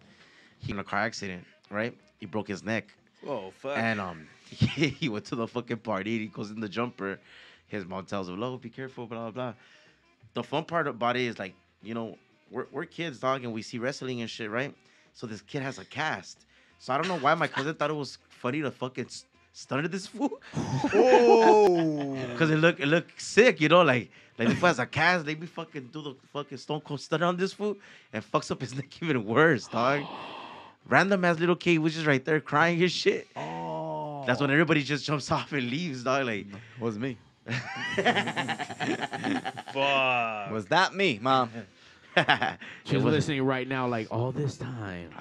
S1: He in a car accident, right? He broke his neck,
S7: Whoa, fuck.
S1: and um, (laughs) he, went to the fucking party. He goes in the jumper. His mom tells him, "Oh, be careful," blah blah blah. The fun part about it is like, you know, we're we're kids, dog, and we see wrestling and shit, right? So this kid has a cast. So I don't know why my cousin thought it was funny to fucking s- stun this fool. (laughs)
S4: Oh.
S1: Cause it look it look sick, you know, like like if has a cast, they be fucking do the fucking stone cold stunner on this fool and fucks up his (laughs) neck even worse,
S4: (gasps)
S1: dog. Random ass little kid was just right there crying his shit. Oh. That's when everybody just jumps (laughs) off and leaves, dog. Like
S4: was
S1: (laughs)
S4: me?
S7: fuck.
S4: Was that me,
S1: (laughs)
S4: mom?
S6: She's
S1: was-
S6: listening right now. Like all this time,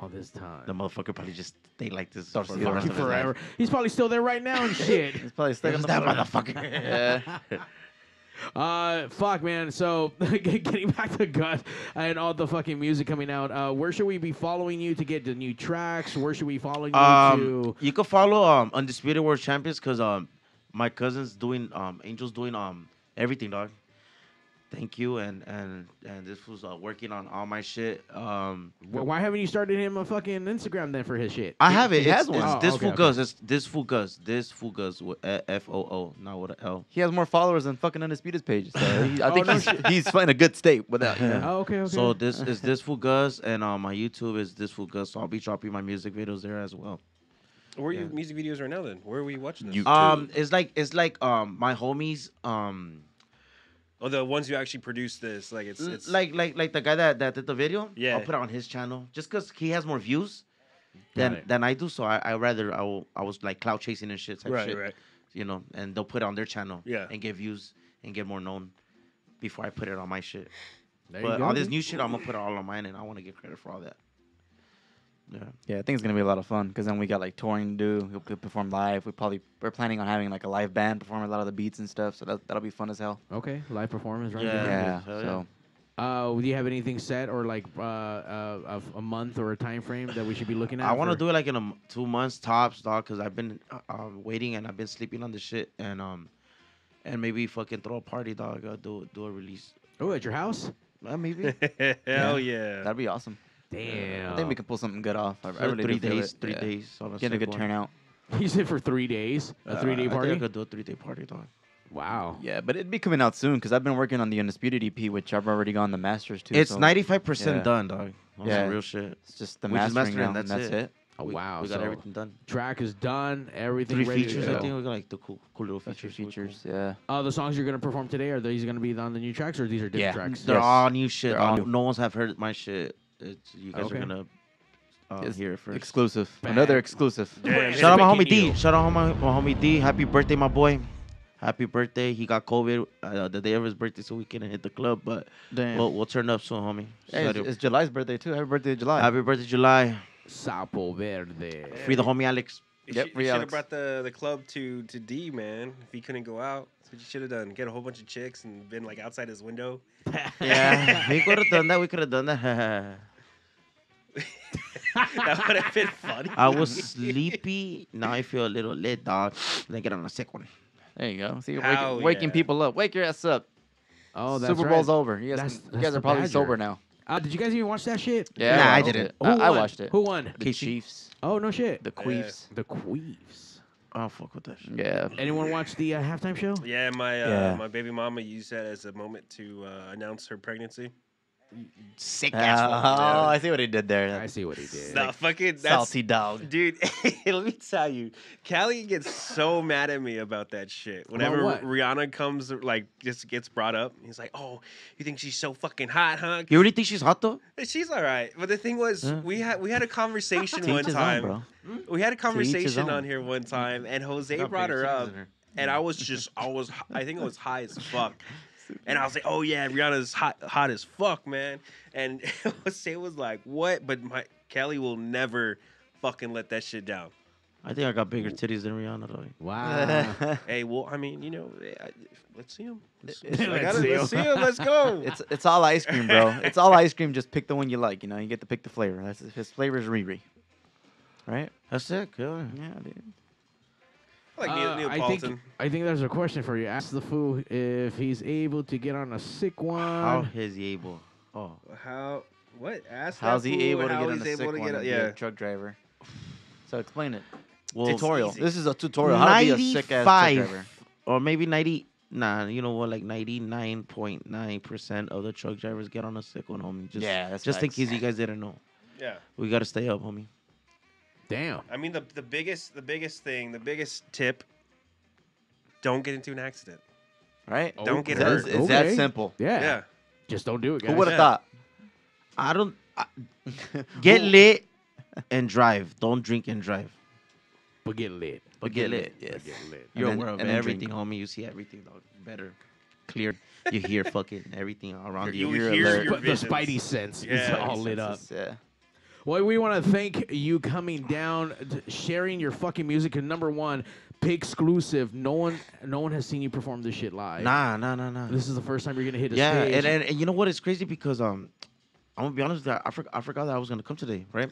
S6: all this time.
S1: the motherfucker probably just stayed like this for
S4: Fuck
S1: the rest
S6: Fucking
S1: of his
S6: forever.
S1: life.
S6: He's probably still there right now and
S1: (laughs)
S6: shit.
S4: He's probably stuck
S1: It
S4: in
S1: was
S4: the
S1: that
S4: floor.
S1: motherfucker. (laughs)
S4: Yeah.
S6: Uh, fuck, man. So (laughs) getting back to Gut and all the fucking music coming out. Uh, where should we be following you to get the new tracks? Where should we follow you
S1: Um,
S6: to?
S1: you can follow um Undisputed World Champions because um my cousin's doing um Angel's doing um everything, dog. Thank you, and and and this was uh, working on all my shit. Um,
S6: Wh- Why haven't you started him a fucking Instagram then for his shit?
S1: I have it.
S4: he
S1: it's,
S4: has one.
S1: It's
S6: Oh,
S1: this
S6: okay,
S1: fool
S6: okay.
S1: Gus. It's this fool Gus. This fool Gus with a- F O O, not with a L.
S4: He has more followers than fucking Undisputed's page. So he,
S1: (laughs)
S4: I
S6: Oh,
S4: think
S6: no
S4: he's, he's in a good state without. You know.
S6: (laughs) Oh, okay, okay.
S1: So this is this fool Gus, and um my YouTube is this fool Gus. So I'll be dropping my music videos there as well.
S7: Where are your music videos right now? Then where are we watching this?
S1: Um, it's like it's like um my homies um
S7: oh, the ones who actually produced this. Like it's
S6: Mm.
S1: L-
S7: it's
S1: like like like the guy that, that did the video.
S7: Yeah.
S1: I'll put it on his channel just because he has more views than
S6: Right.
S1: than I do. So I, I rather I, will, I was like cloud chasing and shit type
S7: Right,
S1: shit.
S7: right.
S1: You know, and they'll put it on their channel.
S7: Yeah.
S1: And get views and get more known before I put it on my shit.
S6: There you
S1: but
S6: go,
S1: all this
S6: dude.
S1: new shit, I'm gonna put it all on mine, and I want to get credit for all that. Yeah.
S4: Yeah, I think it's gonna be a lot of fun because then we got like touring to do. We could perform live. We probably we're planning on having like a live band perform a lot of the beats and stuff. So that that'll be fun as hell.
S6: Okay, live performance right
S1: Yeah.
S6: there.
S4: Yeah.
S1: hell
S4: So
S6: Uh, do you have anything set or like uh, uh, of a month or a time frame that we should be looking at?
S1: I want to
S6: for-
S1: do it like in a m- two months tops, dog, because I've been uh, um, waiting and I've been sleeping on this shit, and um, and maybe fucking throw a party, dog. Uh, do do a release.
S6: Oh, at your house?
S1: Uh, maybe.
S7: (laughs) hell yeah.
S4: that'd be awesome.
S6: Damn.
S4: I think we can pull something good off. I, I
S1: Uh,
S4: really
S1: three
S4: do feel
S1: days,
S4: it.
S1: three
S4: Yeah.
S1: days. on
S4: Get a
S1: safe
S4: good
S1: one.
S4: turnout.
S6: (laughs) He's in for three days. A three
S1: Uh,
S6: day
S1: I
S6: party.
S1: think I could do a three day party, dog.
S6: Wow.
S4: Yeah, but it'd be coming out soon because I've been working on the Undisputed EP, which I've already gone the masters to.
S1: It's
S4: so
S1: ninety five percent
S4: yeah.
S1: done, dog. On
S4: Yeah.
S1: some real shit.
S4: It's just the
S1: We just
S4: mastering,
S1: mastering,
S4: now,
S1: that's
S4: and that's
S1: it.
S4: it.
S6: Oh,
S1: We-
S6: wow.
S1: we got
S6: so
S1: everything done.
S6: Track is done. Everything
S1: Three
S6: ready
S1: features,
S6: to
S1: I
S6: go.
S1: think we got like the cool, cool little
S4: A few
S1: features. really cool.
S4: features. Yeah.
S6: Uh, the songs you're gonna perform today are these gonna be on the new tracks or these are different
S4: Yeah.
S6: tracks?
S1: They're
S4: Yes.
S1: all new shit. Uh,
S4: They're all
S1: dog.
S4: new.
S1: No one's have heard my shit. It's, you guys
S6: Okay.
S1: are gonna um,
S4: Yes,
S1: here first.
S4: exclusive. Another Bam. exclusive. Yeah,
S1: Shout out my homie
S4: Breaking
S1: D.
S4: news.
S1: Shout out my, my homie D. Happy birthday, my boy. Happy birthday. He got COVID uh, the day of his birthday, so we couldn't hit the club, but
S4: Damn.
S1: We'll, we'll turn up soon, homie. Shout
S4: Hey, it's,
S1: out.
S4: it's July's birthday too. Happy birthday, July.
S1: Happy birthday, July.
S6: Sapo Verde.
S1: Free the homie Alex.
S7: You should- you should have brought the, the club to, to D, man. If he couldn't go out, that's what you should have done. Get a whole bunch of chicks and been like outside his window.
S1: (laughs)
S7: (laughs)
S1: yeah, we could have done that. We could have done that. (laughs)
S7: that would have been funny.
S4: (laughs)
S1: I was sleepy. Now I feel a little lit, dog. (sniffs) Then get on a sick one.
S4: There you go. See, you're
S1: Hell
S4: waking, waking
S1: yeah.
S4: people up. Wake your ass up.
S6: Oh, that's
S4: Super
S6: right.
S4: Bowl's over. You guys,
S6: That's-
S4: you
S6: that's
S4: guys
S6: the
S4: are probably
S6: Badger.
S4: sober now.
S6: Uh, did you guys even watch that shit?
S4: Yeah, Nah, I I watched didn't. it. I- I
S6: won?
S4: watched it.
S6: Who won?
S4: The Chiefs.
S6: Oh no shit.
S4: The Queefs.
S6: The Queefs.
S1: Oh fuck with that.
S4: Yeah.
S6: Anyone watch the uh, halftime show?
S7: Yeah, my uh,
S6: Yeah.
S7: my baby mama used that as a moment to uh, announce her pregnancy.
S4: (laughs) Sick
S7: ass one,
S4: Oh,
S7: dude.
S4: I see what he did there.
S6: I see what he did.
S7: Nah, fucking that's,
S4: salty dog.
S7: dude. (laughs) let me tell you, Callie gets so mad at me about that shit. Whenever
S4: what?
S7: Rihanna comes, like just gets brought up, he's like, "Oh, you think she's so fucking hot, huh?"
S1: You really think she's hot though?
S7: She's all right, but the thing was,
S1: Huh?
S7: we had we had a conversation
S1: Mm. (laughs) To each
S7: one
S1: his own,
S7: time.
S1: bro.
S7: We had a
S1: To each his
S7: conversation on
S1: own.
S7: here one time, and Jose
S1: Not
S7: brought
S1: big
S7: her
S1: changes
S7: up,
S1: in her.
S7: and I was just I was hi- I think I was high as (laughs) fuck, and I was like, oh yeah, Rihanna's hot hot as fuck, man. And (laughs) Jose was like, what? But my Kelly will never fucking let that shit down.
S1: I think I got bigger titties than Rihanna though.
S4: (laughs)
S1: (laughs)
S4: Wow.
S7: hey, well, I mean, you know, eh, I- let's see him. Let's,
S4: It's-
S7: (laughs) I gotta- let's see him. Let's go.
S4: It's it's all ice
S1: (laughs)
S4: cream, bro. It's all ice cream. Just pick the one you like. You know, you get to pick the flavor. That's his flavor is Riri, right?
S1: That's it. Yeah,
S4: dude.
S7: I like Neo-
S6: Uh, I think
S7: Neapolitan.
S6: I think there's a question for you. Ask the fool if he's able to get on a sick one.
S1: How is he able? Oh,
S7: How? What? Ask
S4: How's
S7: that
S4: he
S7: fool
S4: able to
S7: how
S4: get on
S7: he's
S4: the sick
S7: able to
S4: one?
S7: get
S4: and
S7: a-
S4: be
S7: Yeah.
S4: a truck driver. So explain it.
S1: Well,
S4: tutorial.
S7: easy.
S4: This is a tutorial. How to be a sick ass truck
S1: 95,
S4: driver.
S1: Or maybe 90. Nah, you know what? Like 99.9% of the truck drivers get on a sick one, homie. Just,
S4: Yeah, that's
S1: Just in
S4: facts.
S1: case you guys didn't know.
S7: Yeah.
S1: We got to stay up, homie.
S6: Damn.
S7: I mean, the the biggest the biggest thing, the biggest tip. Don't get into an accident.
S4: Right?
S1: Oh,
S7: Don't get
S4: That's-
S7: hurt.
S4: It's that simple.
S6: Yeah.
S7: Yeah.
S6: Just don't do it, guys.
S4: Who would have
S7: Yeah.
S4: thought?
S1: I don't. I, get lit and drive. Don't drink and drive.
S6: But get lit.
S1: But get lit.
S4: Yes.
S6: Get lit.
S1: You're
S4: And then-
S1: aware of
S4: and then
S1: everything,
S4: drink.
S1: homie. You see everything, dog. Better, clear.
S7: (laughs)
S1: You hear fucking everything around
S7: You
S1: you.
S7: hear
S1: alert.
S7: your
S6: But the
S7: visions.
S6: spidey sense is
S7: Yeah.
S6: all lit up.
S4: Yeah.
S6: Well, we want to thank you coming down, t- sharing your fucking music. And number one, pig exclusive. No one, no one has seen you perform this shit live.
S1: Nah, nah, nah, nah.
S6: This is the first time you're gonna hit a
S1: yeah,
S6: stage.
S1: and, and and you know what? It's crazy because um, I'm gonna be honest with you. I, for, I forgot that I was gonna come today, right?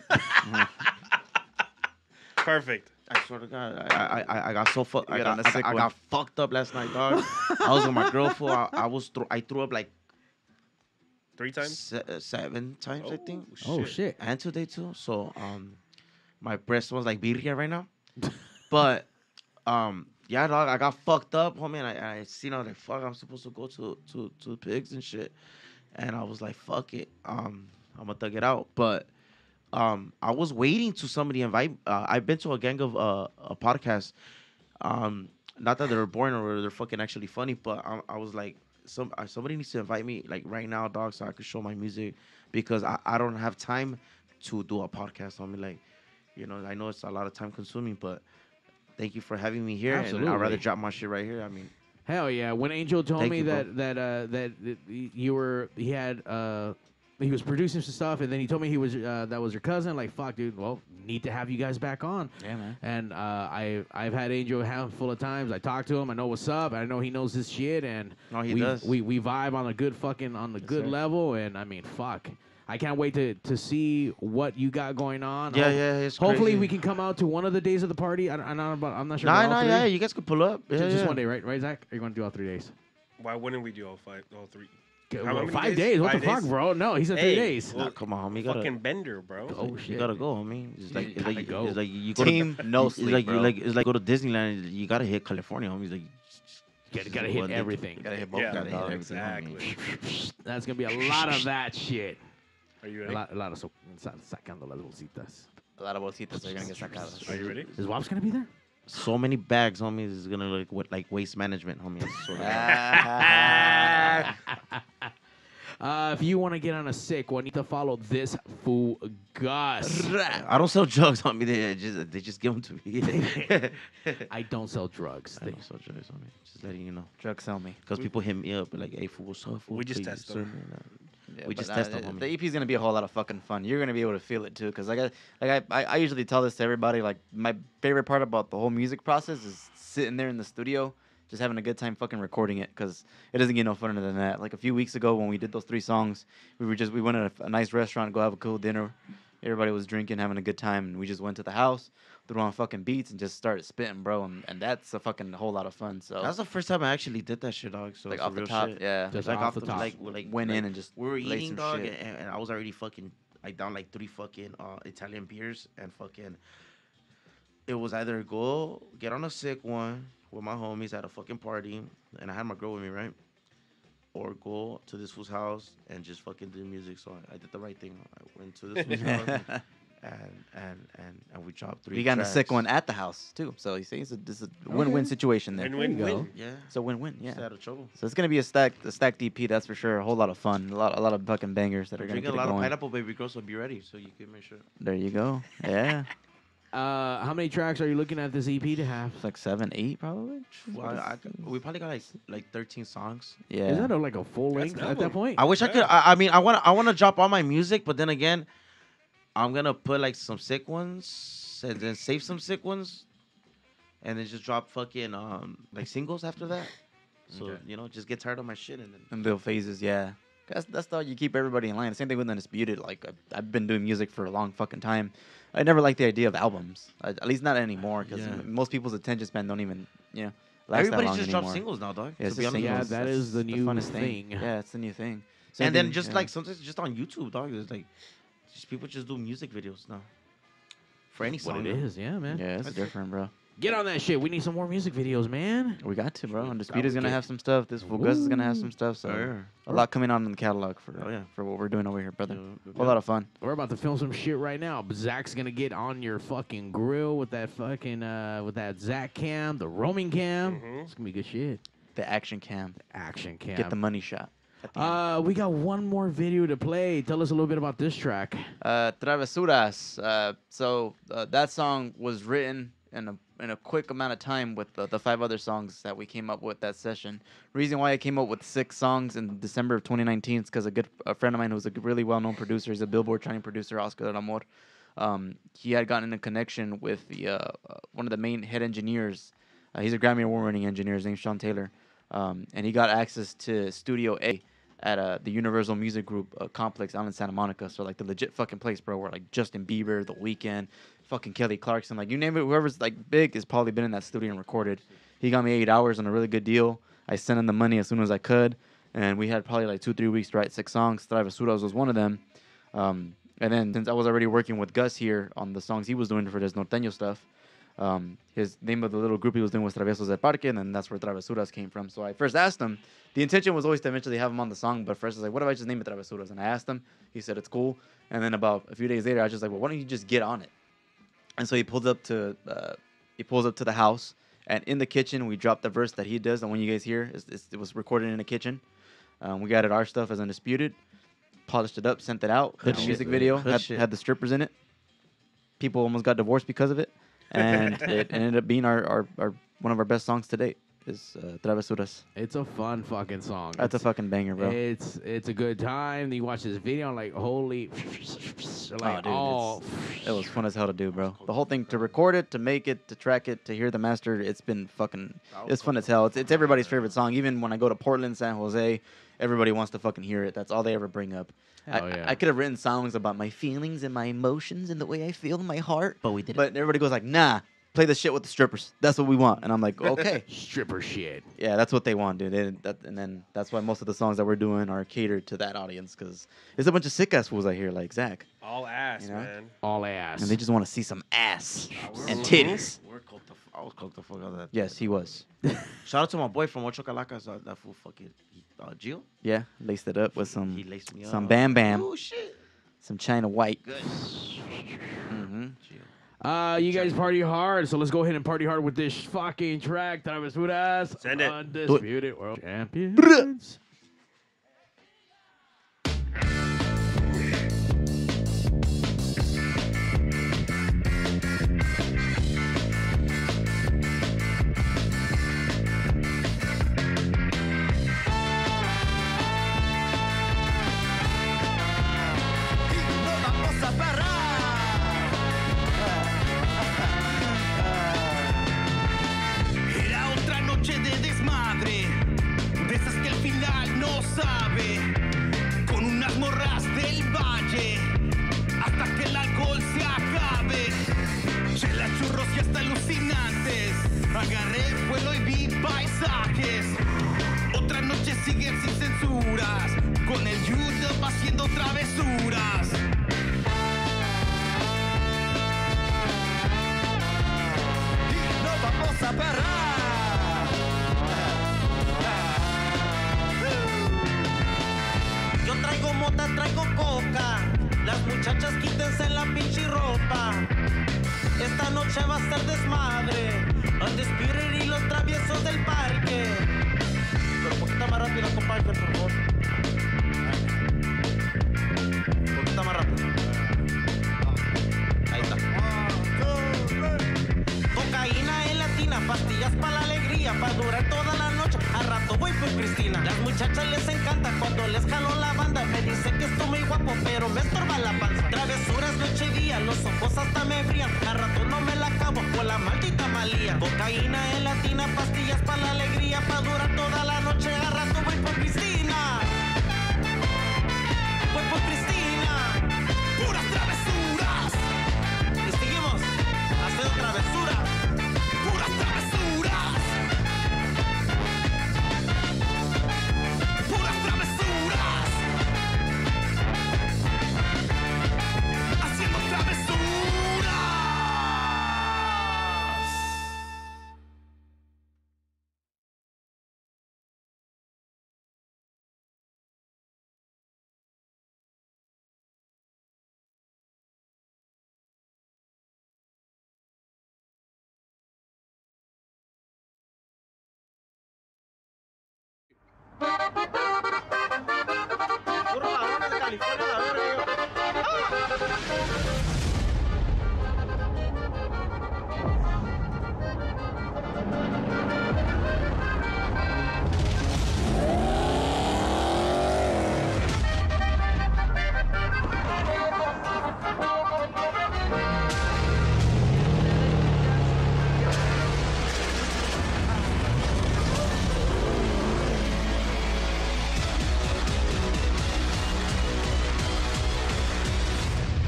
S7: Perfect.
S1: I swear to God, I I, I, I got so fucked.
S4: You
S1: I
S4: got
S1: got,
S4: on a
S1: I,
S4: sick
S1: got- I
S4: one.
S1: got fucked up last night, dog. I was with my girl for. I, I was thro- I threw up like
S7: Three times.
S1: se- uh, seven times, I think.
S6: oh shit!
S1: and today too. So um, my breath smells like birria right now. (laughs) but um, yeah, dog, I got fucked up, homie. And I, I seen I was like, fuck, I'm supposed to go to to to the pigs and shit. And I was like, fuck it, um, I'm gonna thug it out. But um, I was waiting to somebody invite. Uh, I've been to a gang of uh, a podcast. Um, not that they're boring or they're fucking actually funny, but I, I was like, some uh, somebody needs to invite me like right now, dog, so I could show my music because I, I don't have time to do a podcast. I mean, like, you know, I know it's a lot of time consuming, but thank you for having me here. And I'd rather
S6: Absolutely.
S1: drop my shit right here. I mean,
S6: Hell yeah! When Angel told
S1: Thank
S6: me
S1: you, bro.
S6: that that uh, that that y- you were he had uh, he was producing some stuff, and then he told me he was uh, that was your cousin. Like fuck, dude. Well, need to have you guys back on.
S4: Yeah, man.
S6: And uh, I I've had Angel a handful of times. I talk to him. I know what's up. I know he knows this shit, and
S1: No, he
S6: we,
S1: does.
S6: we we vibe on a good fucking on the good
S1: sir.
S6: level. And I mean, fuck. I can't wait to, to see what you got going on.
S1: Yeah, yeah, it's
S6: Hopefully
S1: crazy.
S6: we can come out to one of the days of the party. I, don't- I'm not about, I'm not sure.
S1: nah,
S6: about all
S1: nah,
S6: three.
S1: yeah, you guys could pull up. Yeah,
S6: Ju- just
S1: yeah.
S6: one day, right? Right, Zach? Are you going to do all three days?
S7: Why wouldn't we do all five, all three?
S6: Okay,
S7: How
S6: well,
S7: many
S6: five days? What
S7: Five
S6: the fuck, bro? No, he said three days.
S1: Nah,
S7: well,
S1: come on, homie. You gotta,
S7: fucking bender, bro.
S6: Oh,
S1: you
S6: shit.
S1: gotta go, homie. It's like, it's
S6: gotta
S1: like,
S6: go.
S1: It's like you go
S4: Team
S1: to,
S4: no
S1: it's
S4: sleep,
S1: like,
S4: bro.
S1: You, like, it's like go to Disneyland. and You gotta hit California, homie. It's like,
S6: Gotta, gotta
S1: just
S6: hit
S1: one day.
S6: everything.
S4: gotta hit both
S7: yeah,
S4: of them, dog.
S6: (laughs)
S7: exactly.
S6: That's going to be a lot of that shit.
S7: Are you
S6: A
S7: ready?
S6: lot, a lot of so, sa- sacando las bolsitas.
S4: A lot of bolsitas are gonna get sacadas.
S7: Are you ready?
S6: Is Wops going to be there?
S1: So many bags, homie. Is gonna look what like waste management, homie. I swear to God.
S4: Ah,
S6: (laughs) Uh, if you want to get on a sick one, you need to follow this fool Gus.
S4: Ah.
S3: I don't sell drugs on me. They just they just give them to
S1: (laughs)
S6: (laughs)
S3: me.
S6: I don't sell drugs.
S3: I don't sell drugs on me. Just letting you know.
S1: Drugs sell me.
S3: Because people hit me up like, "Hey, fool, so fool."
S7: We just
S3: please,
S7: test
S3: sell
S7: them.
S3: me," and, uh,
S1: Yeah,
S3: we
S1: but
S3: just
S1: nah,
S3: test
S1: the-
S3: them. homie.
S1: The EP is gonna be a whole lot of fucking fun. You're gonna be able to feel it too, cause like I, like I, I, I usually tell this to everybody. Like my favorite part about the whole music process is sitting there in the studio, just having a good time fucking recording it, cause it doesn't get no funner than that. Like a few weeks ago when we did those three songs, we were just we went to a, a nice restaurant, go have a cool dinner. Everybody was drinking, having a good time, and we just went to the house, threw on fucking beats, and just started spitting, bro. And, and that's a fucking whole lot of fun. So
S3: That's the first time I actually did that shit, dog. So
S1: Like
S3: it's
S1: off
S3: a
S1: the
S3: real
S1: top,
S3: shit.
S1: yeah. Just
S3: like
S1: off the top.
S3: Like, like
S1: Went in
S3: like,
S1: and just
S3: we were
S1: laid
S3: eating,
S1: some
S3: dog,
S1: shit.
S3: And, and I was already fucking like down like three fucking uh, Italian beers and fucking. It was either go get on a sick one with my homies at a fucking party, and I had my girl with me, right? Or go to this fool's house and just fucking do music. So I, I did the right thing. I went to this fool's
S1: (laughs)
S3: house and and and and we dropped three.
S1: we got in a sick
S3: tracks.
S1: one at the house too. So you see, it's a, this is a win-win situation there.
S7: Win, win,
S6: There you
S7: win.
S3: Yeah,
S1: It's a win-win, yeah.
S3: just out of trouble.
S1: So it's gonna be a stack, a stack DP. That's for sure. A whole lot of fun. A lot, a lot of fucking bangers that are gonna
S3: Drink
S1: get
S3: a
S1: it
S3: lot of
S1: going.
S3: pineapple, baby girl. So be ready. So you can make sure.
S1: There you go. Yeah, (laughs)
S6: Uh, how many tracks are you looking at this EP to have?
S1: it's like seven, eight probably.
S3: Well, I, I, we probably got like like 13 songs.
S1: Yeah.
S6: Is that a, like a full length
S7: an
S6: at
S7: album.
S6: that point?
S3: I wish I could. I, I mean, I want to. I want to drop all my music, but then again, I'm gonna put like some sick ones, and then save some sick ones, and then just drop fucking um like singles after that. So you know, just get tired of my shit, and then
S1: And little phases, yeah. That's that's how you keep everybody in line. Same thing with Undisputed. Like I've, I've been doing music for a long fucking time. I never liked the idea of albums. I, at least not anymore, because
S3: Yeah.
S1: most people's attention span don't even, you know, last that
S3: everybody
S1: long
S3: just drops
S1: anymore.
S3: singles now, dog.
S1: Yeah,
S3: to
S1: it's
S3: be
S1: just
S3: honest.
S6: Yeah,
S1: singles.
S6: that is the new
S1: funnest
S6: thing.
S1: Yeah, it's the new thing. Same
S3: and then
S1: thing,
S3: just
S1: yeah.
S3: like sometimes just on YouTube, dog. There's like, just people just do music videos now. For any
S6: what
S3: song,
S6: it
S3: now.
S6: is, yeah, man.
S1: yeah, it's different, bro.
S6: Get on that shit. We need some more music videos, man.
S1: We got to, bro.
S6: we
S1: Undisputed's gonna
S6: get-
S1: have some stuff. This fool Gus is gonna have some stuff. So
S3: Oh, yeah.
S1: a lot coming on in the catalog for
S3: Oh, yeah.
S1: for what we're doing over here, brother.
S3: Yeah,
S1: A lot of fun.
S6: We're about to film some shit right now. but Zach's gonna get on your fucking grill with that fucking uh with that Zach cam, the roaming cam. It's gonna be good shit.
S1: The action cam.
S6: Action cam.
S1: Get the money shot.
S6: Uh, we got one more video to play. Tell us a little bit about this track.
S1: uh, Travesuras. Uh, so uh, that song was written in a in a quick amount of time with the, the five other songs that we came up with that session. Reason why I came up with six songs in December of 2019 is because a good a friend of mine who's a g- really well known producer, he's a Billboard charting producer, Oscar del Amor. Um, he had gotten in a connection with the uh, uh, one of the main head engineers. Uh, he's a Grammy award winning engineer. His name's Sean Taylor, um, and he got access to Studio A at uh, the Universal Music Group uh, complex out in Santa Monica. So like the legit fucking place, bro. Where like Justin Bieber, The Weeknd, fucking Kelly Clarkson, like you name it, whoever's like big has probably been in that studio and recorded. He got me eight hours on a really good deal. I sent him the money as soon as I could, and we had probably like two three weeks to write six songs. Travasuras was one of them. Um, and then since I was already working with Gus here on the songs he was doing for this Norteño stuff, um, his name of the little group he was doing was Travesos del Parque, and then that's where Travesuras came from. So I first asked him. The intention was always to eventually have him on the song, but first I was like, what if I just name it Travesuras? And I asked him. He said it's cool. And then about a few days later, I was just like, well, why don't you just get on it? And so he pulls up to uh, he pulls up to the house, and in the kitchen we dropped the verse that he does. The one you guys hear is, is it was recorded in the kitchen. Um, we got it our stuff as undisputed, polished it up, sent it out. Did a
S3: shit,
S1: music
S3: man.
S1: video
S3: Good
S1: had,
S3: shit.
S1: had the strippers in it. People almost got divorced
S3: (laughs)
S1: because of it, and it ended up being our, our, our one of our best songs to date. Is uh, Travesuras.
S6: It's a fun fucking song.
S1: That's a
S6: It's-
S1: fucking banger, bro.
S6: It's it's a good time. You watch this video, I'm like holy, (laughs)
S1: Oh,
S6: like
S1: dude,
S6: all
S1: it's- it was fun as hell to do, bro. The whole thing to record it, to make it, to track it, to hear the master. It's been fucking. It's fun as hell. It's, it's everybody's favorite song. Even when I go to Portland, San Jose, everybody wants to fucking hear it. That's all they ever bring up. I,
S6: Hell yeah.
S1: I could have written songs about my feelings and my emotions and the way I feel in my heart,
S3: But we didn't.
S1: But everybody goes like, "Nah, play the shit with the strippers. That's what we want." And I'm like, "Okay."
S6: stripper shit.
S1: Yeah, that's what they want, dude. They, that, and then that's why most of the songs that we're doing are catered to that audience because there's a bunch of sick ass fools out here, like Zach,
S7: All ass,
S1: You know?
S7: man.
S6: All ass.
S1: and they just want to see some ass and
S7: Mhm.
S1: titties.
S3: We're coked the. F- I was coked the fuck out of that.
S1: Yes, he was.
S3: Shout out to my boy from Ocho Calacas, uh, that fool fucking uh, Gio.
S1: Yeah, laced it up with
S3: He
S1: some
S3: laced me up.
S1: some bam bam,
S3: Oh shit.
S1: some China white.
S3: Good.
S1: hmm
S6: Uh, you guys party hard, so let's go ahead and party hard with this fucking track. Travesuras,
S7: Send it.
S6: undisputed world champions.
S5: noche va a ser desmadre. Undisputed y los traviesos del parque. Pero un poquito más rápido, compadre, por favor. Un poquito más rápido. Ah. Ahí está. Cocaína en latina, pastillas para la alegría, para durar toda la noche. Al rato voy por Cristina. Las muchachas les encanta cuando les jalo la banda. Me dicen que estoy muy guapo, pero me estorba la panza. Travesuras noche y día, los ojos hasta me frían. Al rato no me la acabo con la maldita malía. Cocaína en latina, pastillas para la alegría, para durar toda la noche. Al rato voy por Cristina. Voy por Cristina. Puras travesuras. Y seguimos haciendo travesuras. Puras travesuras. Puras travesuras. Haciendo travesuras.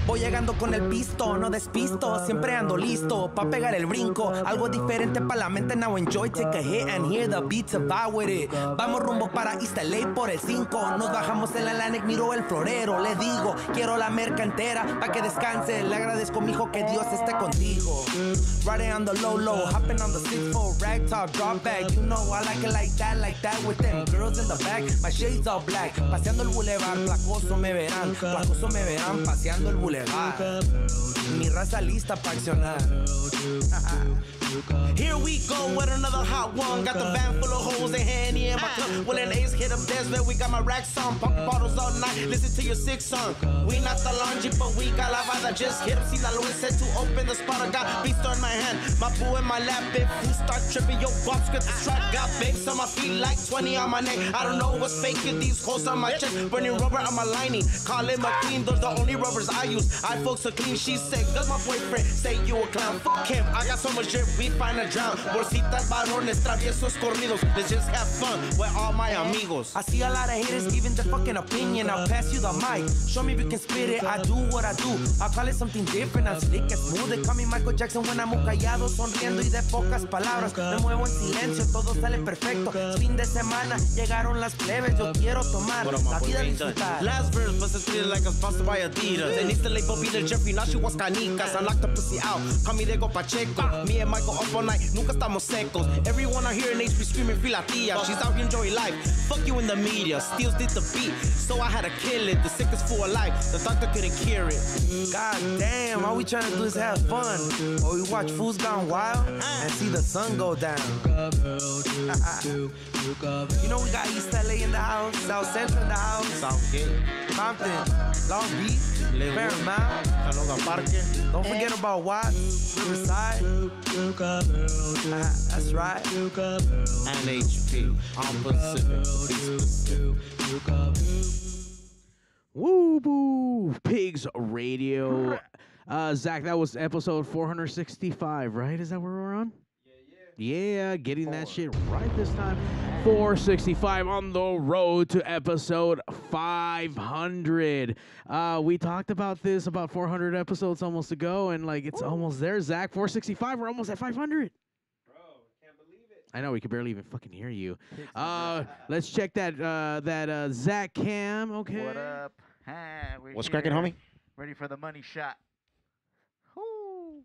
S3: Voy llegando con el pisto, no despisto, siempre ando listo pa pegar el brinco, algo diferente para la mente. Now enjoy, take a hit and hear the beats about with it. Vamos rumbo para East LA por el 5, nos bajamos en la Atlantic, miro el florero, le digo quiero la merca entera pa que descanse. Le agradezco mijo que Dios esté contigo. Riding on the low low, hopping on the six four ragtop drop back. You know I like it like that, like that with them girls in the back. My shades all black, paseando el boulevard, placoso me verán, placoso me verán paseando el boulevard. Mi raza lista pa accionar. (laughs)
S5: Here we go with another hot one. Got the van full of holes and handy in my cup. Well, an ace hit up desk where we got my racks on. Pop bottles all night, listen to your six song. We not the laundry, but we got la banda. Just hit up. See, La Luis said to open the spot. I got beast on my hand, my boo in my lap. If you start tripping, your bump script the track. Got bakes on my feet like 20 on my neck. I don't know what's faking these holes on my chest. Burning rubber on my lining. Call it McLean, those the only rubbers I use. I folks are clean, she said, cause my boyfriend say you a clown. Fuck him, I got so much drip, we find a drown. Bolsitas, varones, traviesos, corridos. Let's just have fun with all my amigos.
S3: I see a lot of haters giving their fucking opinion. I'll pass you the mic. Show me if you can spit it. I do what I do. I call it something different. I'm slick and smooth. They call me Michael Jackson when I'm callado, sonriendo y de pocas palabras. Me muevo en silencio, todo sale perfecto. Es fin de semana, llegaron las plebes. Yo quiero tomar la vida disfrutar. Mm.
S5: Last verse was a split like a sponsored by Adidas. And Easter label be the Jeffrey, now she wants canicas. I locked the pussy out, call me Diego Pacheco. Me and Michael up all night, nunca estamos secos. Everyone out here in HB screaming, free la tía. She's out here enjoying life. Fuck you in the media, steals did the beat. So I had to kill it, the sickest fool alive. The doctor couldn't cure it.
S3: God damn, all we trying to do is have fun. Or we watch Fools Gone Wild and see the sun go down. (laughs) you know we got East LA in the house, South Central in the house, Southgate, Compton, Long Beach, Paramount, Don't forget about Watts, Riverside. Ah, that's right.
S5: NHP on Pacific. Be
S6: Woo boo pigs radio. Uh, Zach, that was episode 465, right? Is that where we're on? Yeah, yeah. Yeah, getting that shit right this time. 465 on the road to episode 500. Uh, we talked about this about 400 episodes almost ago, and like it's almost there, Zach. 465, we're almost at 500. I know we could barely even fucking hear you. Uh, let's check that uh, that uh, Zach Cam. Okay.
S4: What up? Hi, we're
S11: What's cracking, homie?
S4: Ready for the money shot. Whoo!
S6: All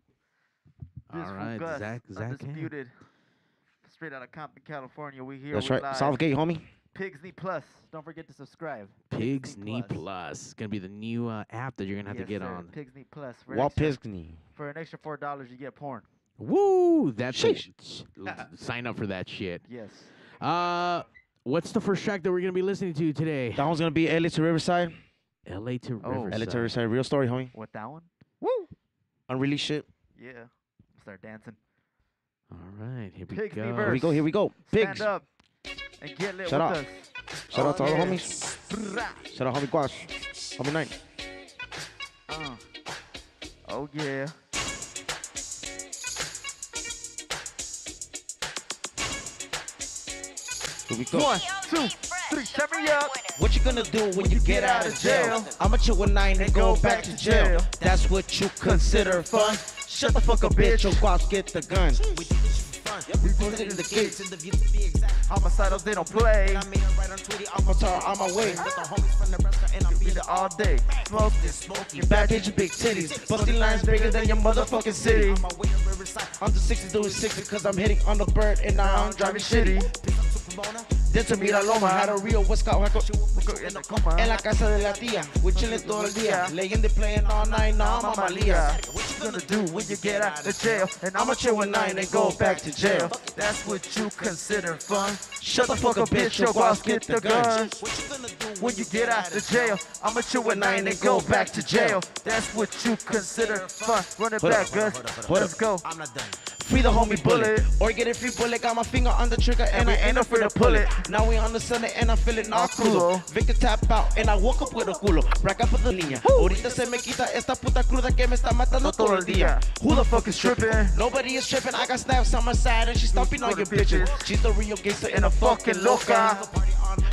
S4: This fool
S6: right,
S4: Gus,
S6: Zach- Zach Ham.
S4: undisputed. Straight out of Compton, California. We here.
S11: That's
S4: we
S11: right.
S4: live.
S11: Southgate, homie.
S4: Pigs Knee Plus. Don't forget to subscribe.
S6: Pigs Knee Plus. It's gonna be the new uh, app that you're gonna have
S4: Yes,
S6: to get
S4: sir.
S6: on.
S4: Pigs Knee Plus. For an
S11: Walt
S4: extra-
S11: Piskney.
S4: For an extra four dollars, you get porn.
S6: Woo!
S1: (laughs)
S6: That's it. sign up for that shit.
S4: Yes.
S6: Uh, what's the first track that we're gonna be listening to today?
S1: That one's gonna be LA to Riverside.
S6: LA to
S1: LA
S6: Riverside.
S1: to Riverside, real story, homie.
S4: What that one?
S1: Unreleased shit.
S4: Yeah. Start dancing.
S6: All right, here we
S4: Pigs
S6: go.
S4: be
S1: Here we go. Here we go. Pigs.
S4: Stand up and get lit
S1: Shut
S4: with
S1: up.
S4: us.
S1: Shout out to
S4: Oh,
S1: all the
S4: yeah.
S1: homies. Shout out homie Quash. Homie Nine.
S4: Uh. Oh yeah.
S1: Here we go.
S4: One, two, three, set me up.
S3: What you gonna do when you get out of jail? I'ma chill with nine and go back to jail. That's what you consider fun. Shut the fuck up, bitch, or go out, get the gun.
S7: We put it in the gates in the view to be exact.
S4: Homicidals, they don't play.
S7: I made it right on Twitter. I'm gonna tell on my way. With the homies from the restaurant and I'm
S4: Beat it all day. Smoke this, smoke
S3: Your back is your big titties. Busting lines bigger than your motherfucking city.
S7: on my way to Riverside.
S3: I'm the 60 doing 60 cause I'm hitting on the bird and now I'm driving shitty.
S7: Pomona.
S3: Then to Mira Loma, had a real West Coast.
S4: in the coma.
S3: En la casa de la tía, we chillin' todo el día. Legend playing all night, now I'm on my Leah.
S4: What you gonna do when you get out of jail? And I'ma chill with nine and go back to jail. That's what you consider fun. Shut the fuck up, bitch, your boss get the gun.
S7: What you gonna do
S4: When you get out of jail, I'ma chill with nine and go back to jail. That's what you consider fun. Run it
S3: Hold
S4: back,
S3: up, hold up,
S4: Gus.
S3: hold up, hold up.
S4: Let's go.
S7: I'm not done.
S3: Free the homie bullet, or get a free bullet. Got my finger on the trigger and,
S4: And
S3: I
S4: we
S3: ain't
S4: ain't
S3: afraid to
S4: afraid to
S3: pull
S4: pull
S3: it. Now we on the center and I'm feeling all cool. Victor tap out and I woke up with a culo. Rack up with the niña. Ahorita se me quita esta puta cruda que me está matando todo el día.
S4: Who the fuck is tripping?
S3: Nobody is tripping. I got snaps on my side and she's stomping on your bitches. She's the real gangster and a fucking loca.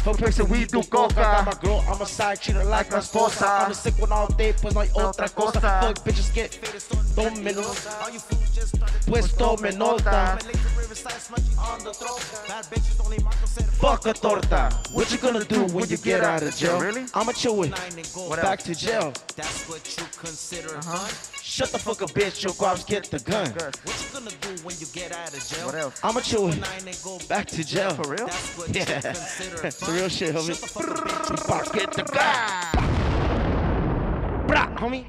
S4: For pics and we do
S3: Got my
S4: coca.
S3: girl on my side, treat her like my esposa. I'm a sick one all day, pues no hay otra cosa. Fuck bitches get dos menos,
S7: All you fools just started
S3: pues tome nota.
S7: Late to Riverside, smudgy on the throat. Bad bitches only Marco said
S3: Fuck a torta. What you gonna do when you get out of jail?
S4: Really?
S3: I'ma chill with
S7: nine and go
S3: back to jail. Uh-huh.
S7: That's what you consider fun.
S3: Shut the fuck up, bitch. Your guaps get the gun.
S7: What you gonna do when you get out of jail?
S4: What else?
S3: I'ma chill with
S7: Nine and go
S3: back to jail.
S4: For real?
S7: That's what you consider fun.
S3: It's (laughs) real shit,
S7: Shut the
S3: homie.
S7: fuck up,
S3: Guaps
S7: bitch.
S3: get the gun. Brah, homie.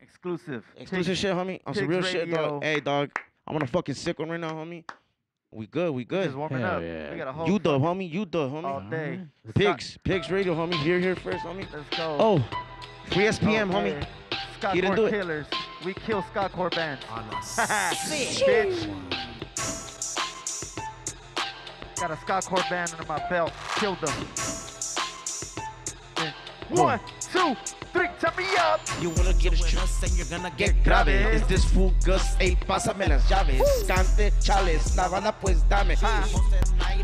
S4: Exclusive.
S1: Exclusive shit, homie. On some
S4: Pigs
S1: real shit, dog.
S4: Radio.
S1: Hey, dog. I'm on a fucking sick one right now, homie. We good. We
S4: Just
S1: good.
S4: warming
S6: Hell
S4: up.
S6: yeah.
S4: We got a whole
S1: You dub, homie. You dub,
S4: all
S1: homie.
S4: day.
S1: Pigs. Pigs radio, homie. Here, here first, homie.
S4: Let's go.
S1: Oh, free SPM,
S4: Okay.
S1: homie.
S4: Scott
S1: You didn't
S4: Corp
S1: do it.
S4: killers. We kill Scott Corp bands. Bitch. Got a Scott Corp band under my belt. Killed them. One, two, three. Tell me up.
S3: You wanna get a
S7: Us and you're gonna get
S3: Get grave, es this food Gus, ey, pásame las llaves. Cante, chales, la bala pues dame.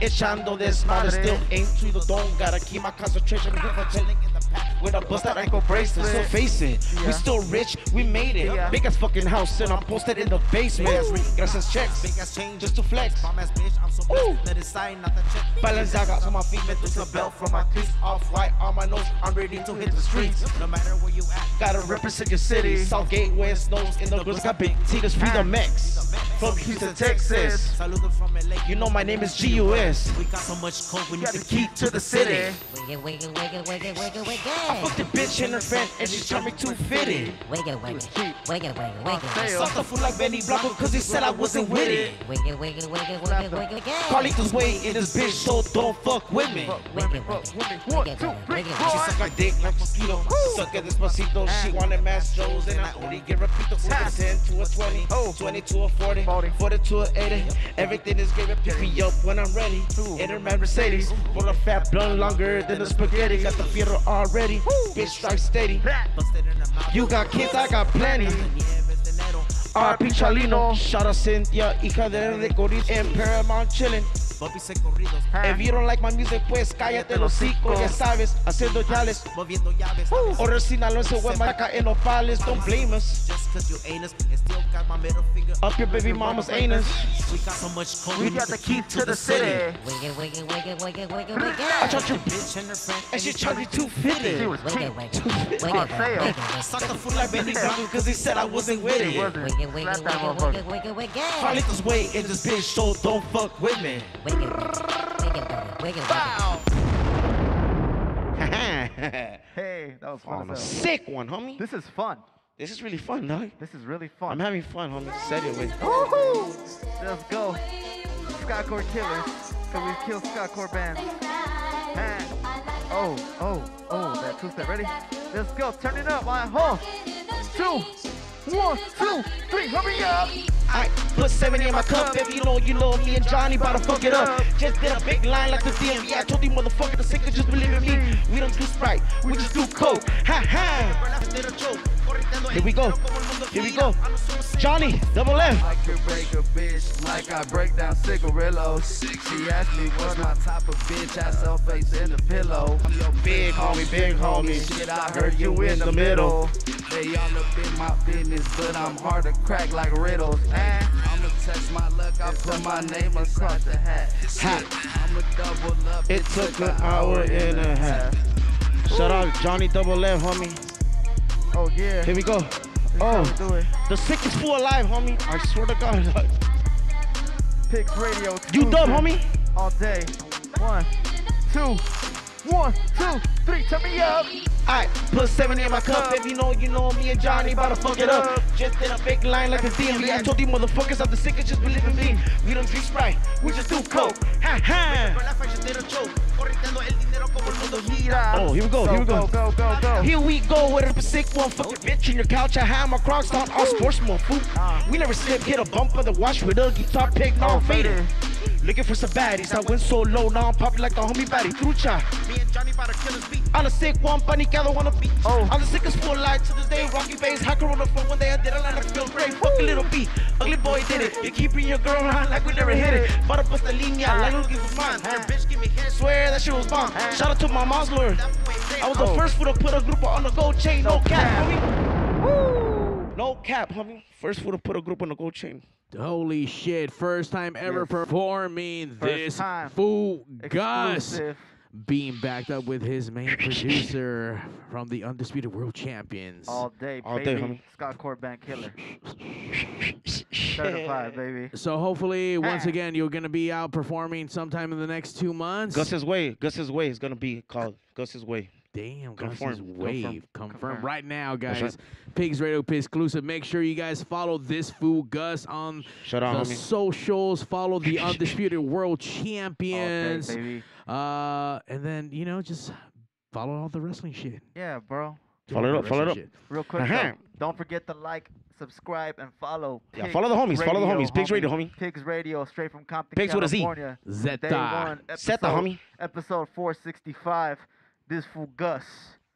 S3: Echando desmadre, still ain't to the dome. Gotta keep my concentration with a chilling in the pack. With a busted ankle bracelet, so face it, we
S4: Yeah.
S3: still rich, we made it.
S4: Yeah.
S3: Big ass fucking house, and I'm posted in the basement. Gracias checks,
S7: Big ass change.
S3: just to flex.
S7: Bomb ass bitch, I'm so blessed. Let it sign, not the check.
S3: Balenciaga on my feet, met this a belt from my crease. Off white on my nose, I'm ready to hit the streets.
S7: No matter where you at.
S3: Gotta represent your city. Southgate, West Snows, in the girls got big titties. Free the Mex from Houston, Texas.
S7: Saludo from LA.
S3: You know my name is GUS.
S7: We got so much coke, we need
S3: Got
S7: to
S3: the
S7: keep.
S3: key to the city.
S5: Wiggle, wiggle, wiggle, wiggle, wiggle, wiggle.
S3: Fuck the bitch in her friend, and she's trying me too fitted.
S5: Wiggle, wiggle, wiggle, wiggle, wiggle.
S4: Fail.
S3: Suck the fool like Benny Blanco, cause he said I wasn't with it.
S5: Wiggle, wiggle, wiggle, wiggle, wiggle, wiggle.
S3: Carlitos way in this bitch, so don't fuck with me.
S5: Wiggle, wiggle, one, two, three,
S3: She suck my dick like mosquito. Suck at despacito. She wanted mass shows and I only get repeat the
S4: Ah.
S3: 10 to a 20,
S4: Oh.
S3: 20 to a 40, 40,
S4: 40.
S3: to a 80. Everything is great. Pick me up when I'm ready. Enter my Mercedes. Roll a fat blunt longer than a spaghetti. Got the fierro already. Bitch, strike steady.
S7: Busted in the mouth.
S3: You got kids, I got plenty.
S7: Nieves de Nero.
S3: R.P. Chalino. Shout out Cynthia, hija de Recordiz and Paramount chillin'.
S7: Bobby se corridos.
S3: If you don't like my music, pues cállate el hocico, ya sabes, haciendo yales. Uh.
S7: Moviendo llaves.
S3: Ahora Sinaloense, Huemaca, en Opales, don't blame us.
S7: Just cause you ain't us, and still got my middle finger up.
S3: Up your baby mama's anus.
S7: We got so much coke,
S4: We
S7: need
S4: got
S7: to
S4: the
S7: keep
S4: key to the city.
S5: Wiggle, wiggle, wiggle, wiggle,
S3: I
S5: wiggle, wiggle.
S3: charge you
S7: Bitch and her friend.
S3: and she charge you two
S4: She
S3: fifty.
S4: was
S5: Wiggle,
S4: cheap.
S5: wiggle, wiggle,
S3: Suck the fool like Benny Blanco cause he said I wasn't with
S4: She
S3: it.
S4: wasn't.
S5: wiggle, wiggle,
S4: Slap that
S5: wiggle,
S4: motherfucker.
S5: wiggle, wiggle,
S3: Probably
S5: wiggle.
S3: this way in this bitch, so don't fuck with me.
S5: Wiggle, wiggle, wiggle, wiggle.
S1: on
S4: Hey, that was fun.
S1: a
S4: as hell.
S1: sick one, homie.
S4: This is fun.
S3: This is really fun, dog.
S1: This is really fun.
S3: I'm having fun, homie. Set it with.
S1: Woohoo! Let's go. Skycore killer. So we kill Skycore bands. Man. Oh, oh, oh, that two step. Ready? Let's go. Turn it up. One, ho. Two. One, two, three. Hurry up.
S3: I put seven in my cup. If you know, you know me and Johnny about to fuck it up. Just did a big line like the DMV. I told you motherfucker the sicker, just believe in me. We don't do Sprite, we just do Coke. Ha ha. Here we go. Here we go. Johnny, double
S5: I
S3: left.
S5: could break a bitch like I break down cigarillos. She asked me what's my type of bitch. I self face in the pillow. I'm your
S3: Big homie, big homie.
S5: Shit, I heard you in the middle. They all up in my business, but I'm hard to crack like riddles. Eh? I'ma test my luck. I put my name across the hat.
S3: Hat.
S5: I'ma double up.
S3: It took an hour and a half. Shut up, Johnny, double left, homie.
S5: Oh yeah.
S3: Here we go. Oh, the sickest fool alive, homie. I swear to God.
S5: Picks Radio.
S3: You dumb,
S5: exclusive.
S3: homie.
S5: All day. One, two, one, two, three. Turn me up.
S3: I put seven in my cup. If you know, you know me and Johnny about to fuck it up. Just did a big line like a DMV. E. I told you motherfuckers I'm the sickest, just believe in me. We don't drink Sprite, we just do coke. Ha ha. Oh, here we go, here we go.
S5: Go, go, go.
S3: Here we go with a sick one, fucking bitch in your couch. I have my crocs on, all sportsman food. We never slip, hit a bump of the wash with Uggy top pick, non faded. Looking for some baddies, I went so low, now I'm popping like the homie baddie. Trucha. Me and Johnny about to kill his beat. I'm the sick one, paniqueado on the beat. Oh. I'm the sickest full light to this day. Rocky face, hacker on the phone one day. I did a line of feel great. Fuck a little beat. Ugly boy did it. You keep bringing your girl around like we never hit it. But I bust the linea, like who give a mind. Your bitch give me head. Swear that shit was bomb. Shout out to my mom's lawyer. I was the first fool to put a group on the gold chain. Oh. No cap, homie. Woo. No cap, homie. First fool to put a group on the gold chain.
S6: Holy shit! First time ever
S3: Yes.
S6: performing
S3: First
S6: this
S3: time.
S6: fool Gus,
S3: Exclusive.
S6: being backed up with his main producer from the undisputed world champions.
S1: All day,
S6: All day,
S1: baby.
S6: homie.
S1: Scott Corban killer. Certified, baby.
S6: So hopefully, once again, you're gonna be out performing sometime in the next two months.
S3: Gus's way. Gus's way is gonna be called. Gus's way.
S6: Damn,
S3: Confirm.
S6: Gus's wave. Confirm.
S3: Confirm.
S6: right now,
S3: That's
S6: guys.
S3: right.
S6: Pigs Radio Pigs exclusive. Make sure you guys follow this fool Gus on
S3: Shut
S6: the
S3: up, homie.
S6: socials.
S3: (laughs)
S6: Follow the undisputed world champions.
S1: baby.
S6: Uh, and then you know just follow all the wrestling shit.
S1: Yeah, bro.
S6: Follow it up, follow it up.
S1: Real quick,
S7: (laughs)
S6: Uh-huh.
S1: though, don't forget to like, subscribe, and follow.
S6: Yeah,
S1: Pigs
S6: follow the homies, follow the homies. Pigs Radio, homie.
S1: Pigs Radio, straight from Compton,
S3: Pigs with a Z.
S1: California.
S3: Zeta.
S1: Day one,
S3: Zeta,
S1: episode-
S3: homie.
S1: Episode 465. This fool Gus.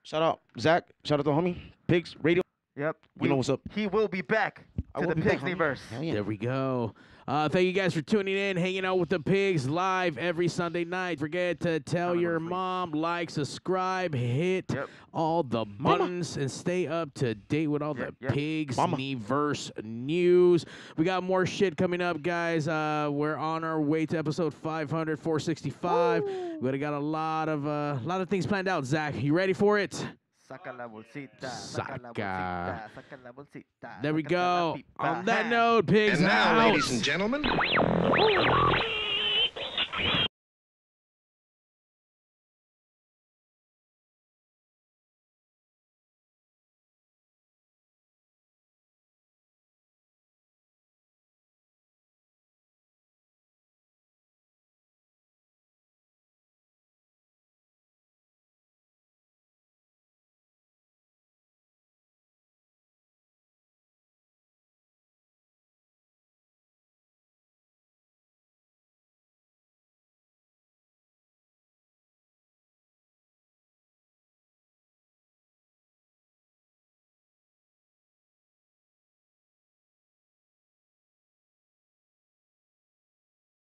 S3: Shout out Zach. Shout out to homie. Pigs Radio.
S1: Yep.
S3: You know what's up.
S1: He will be back
S3: I
S1: to
S3: will
S1: the
S3: be back, homie.
S1: Pigsniverse.
S6: There we go. Uh, thank you guys for tuning in, hanging out with the pigs live every Sunday night. Forget to tell your mom, like, subscribe, hit all the buttons, and stay up to date with all the pigs universe news. We got more shit coming up, guys. Uh, we're on our way to episode 500, 465. We got a lot of uh, a lot of things planned out. Zach, you ready for it?
S1: Saca la bolsita. Saca la bolsita.
S6: Saca.
S1: Saca la bolsita.
S6: There we go. On that note, pigs
S2: And now,
S6: out.
S2: ladies and gentlemen,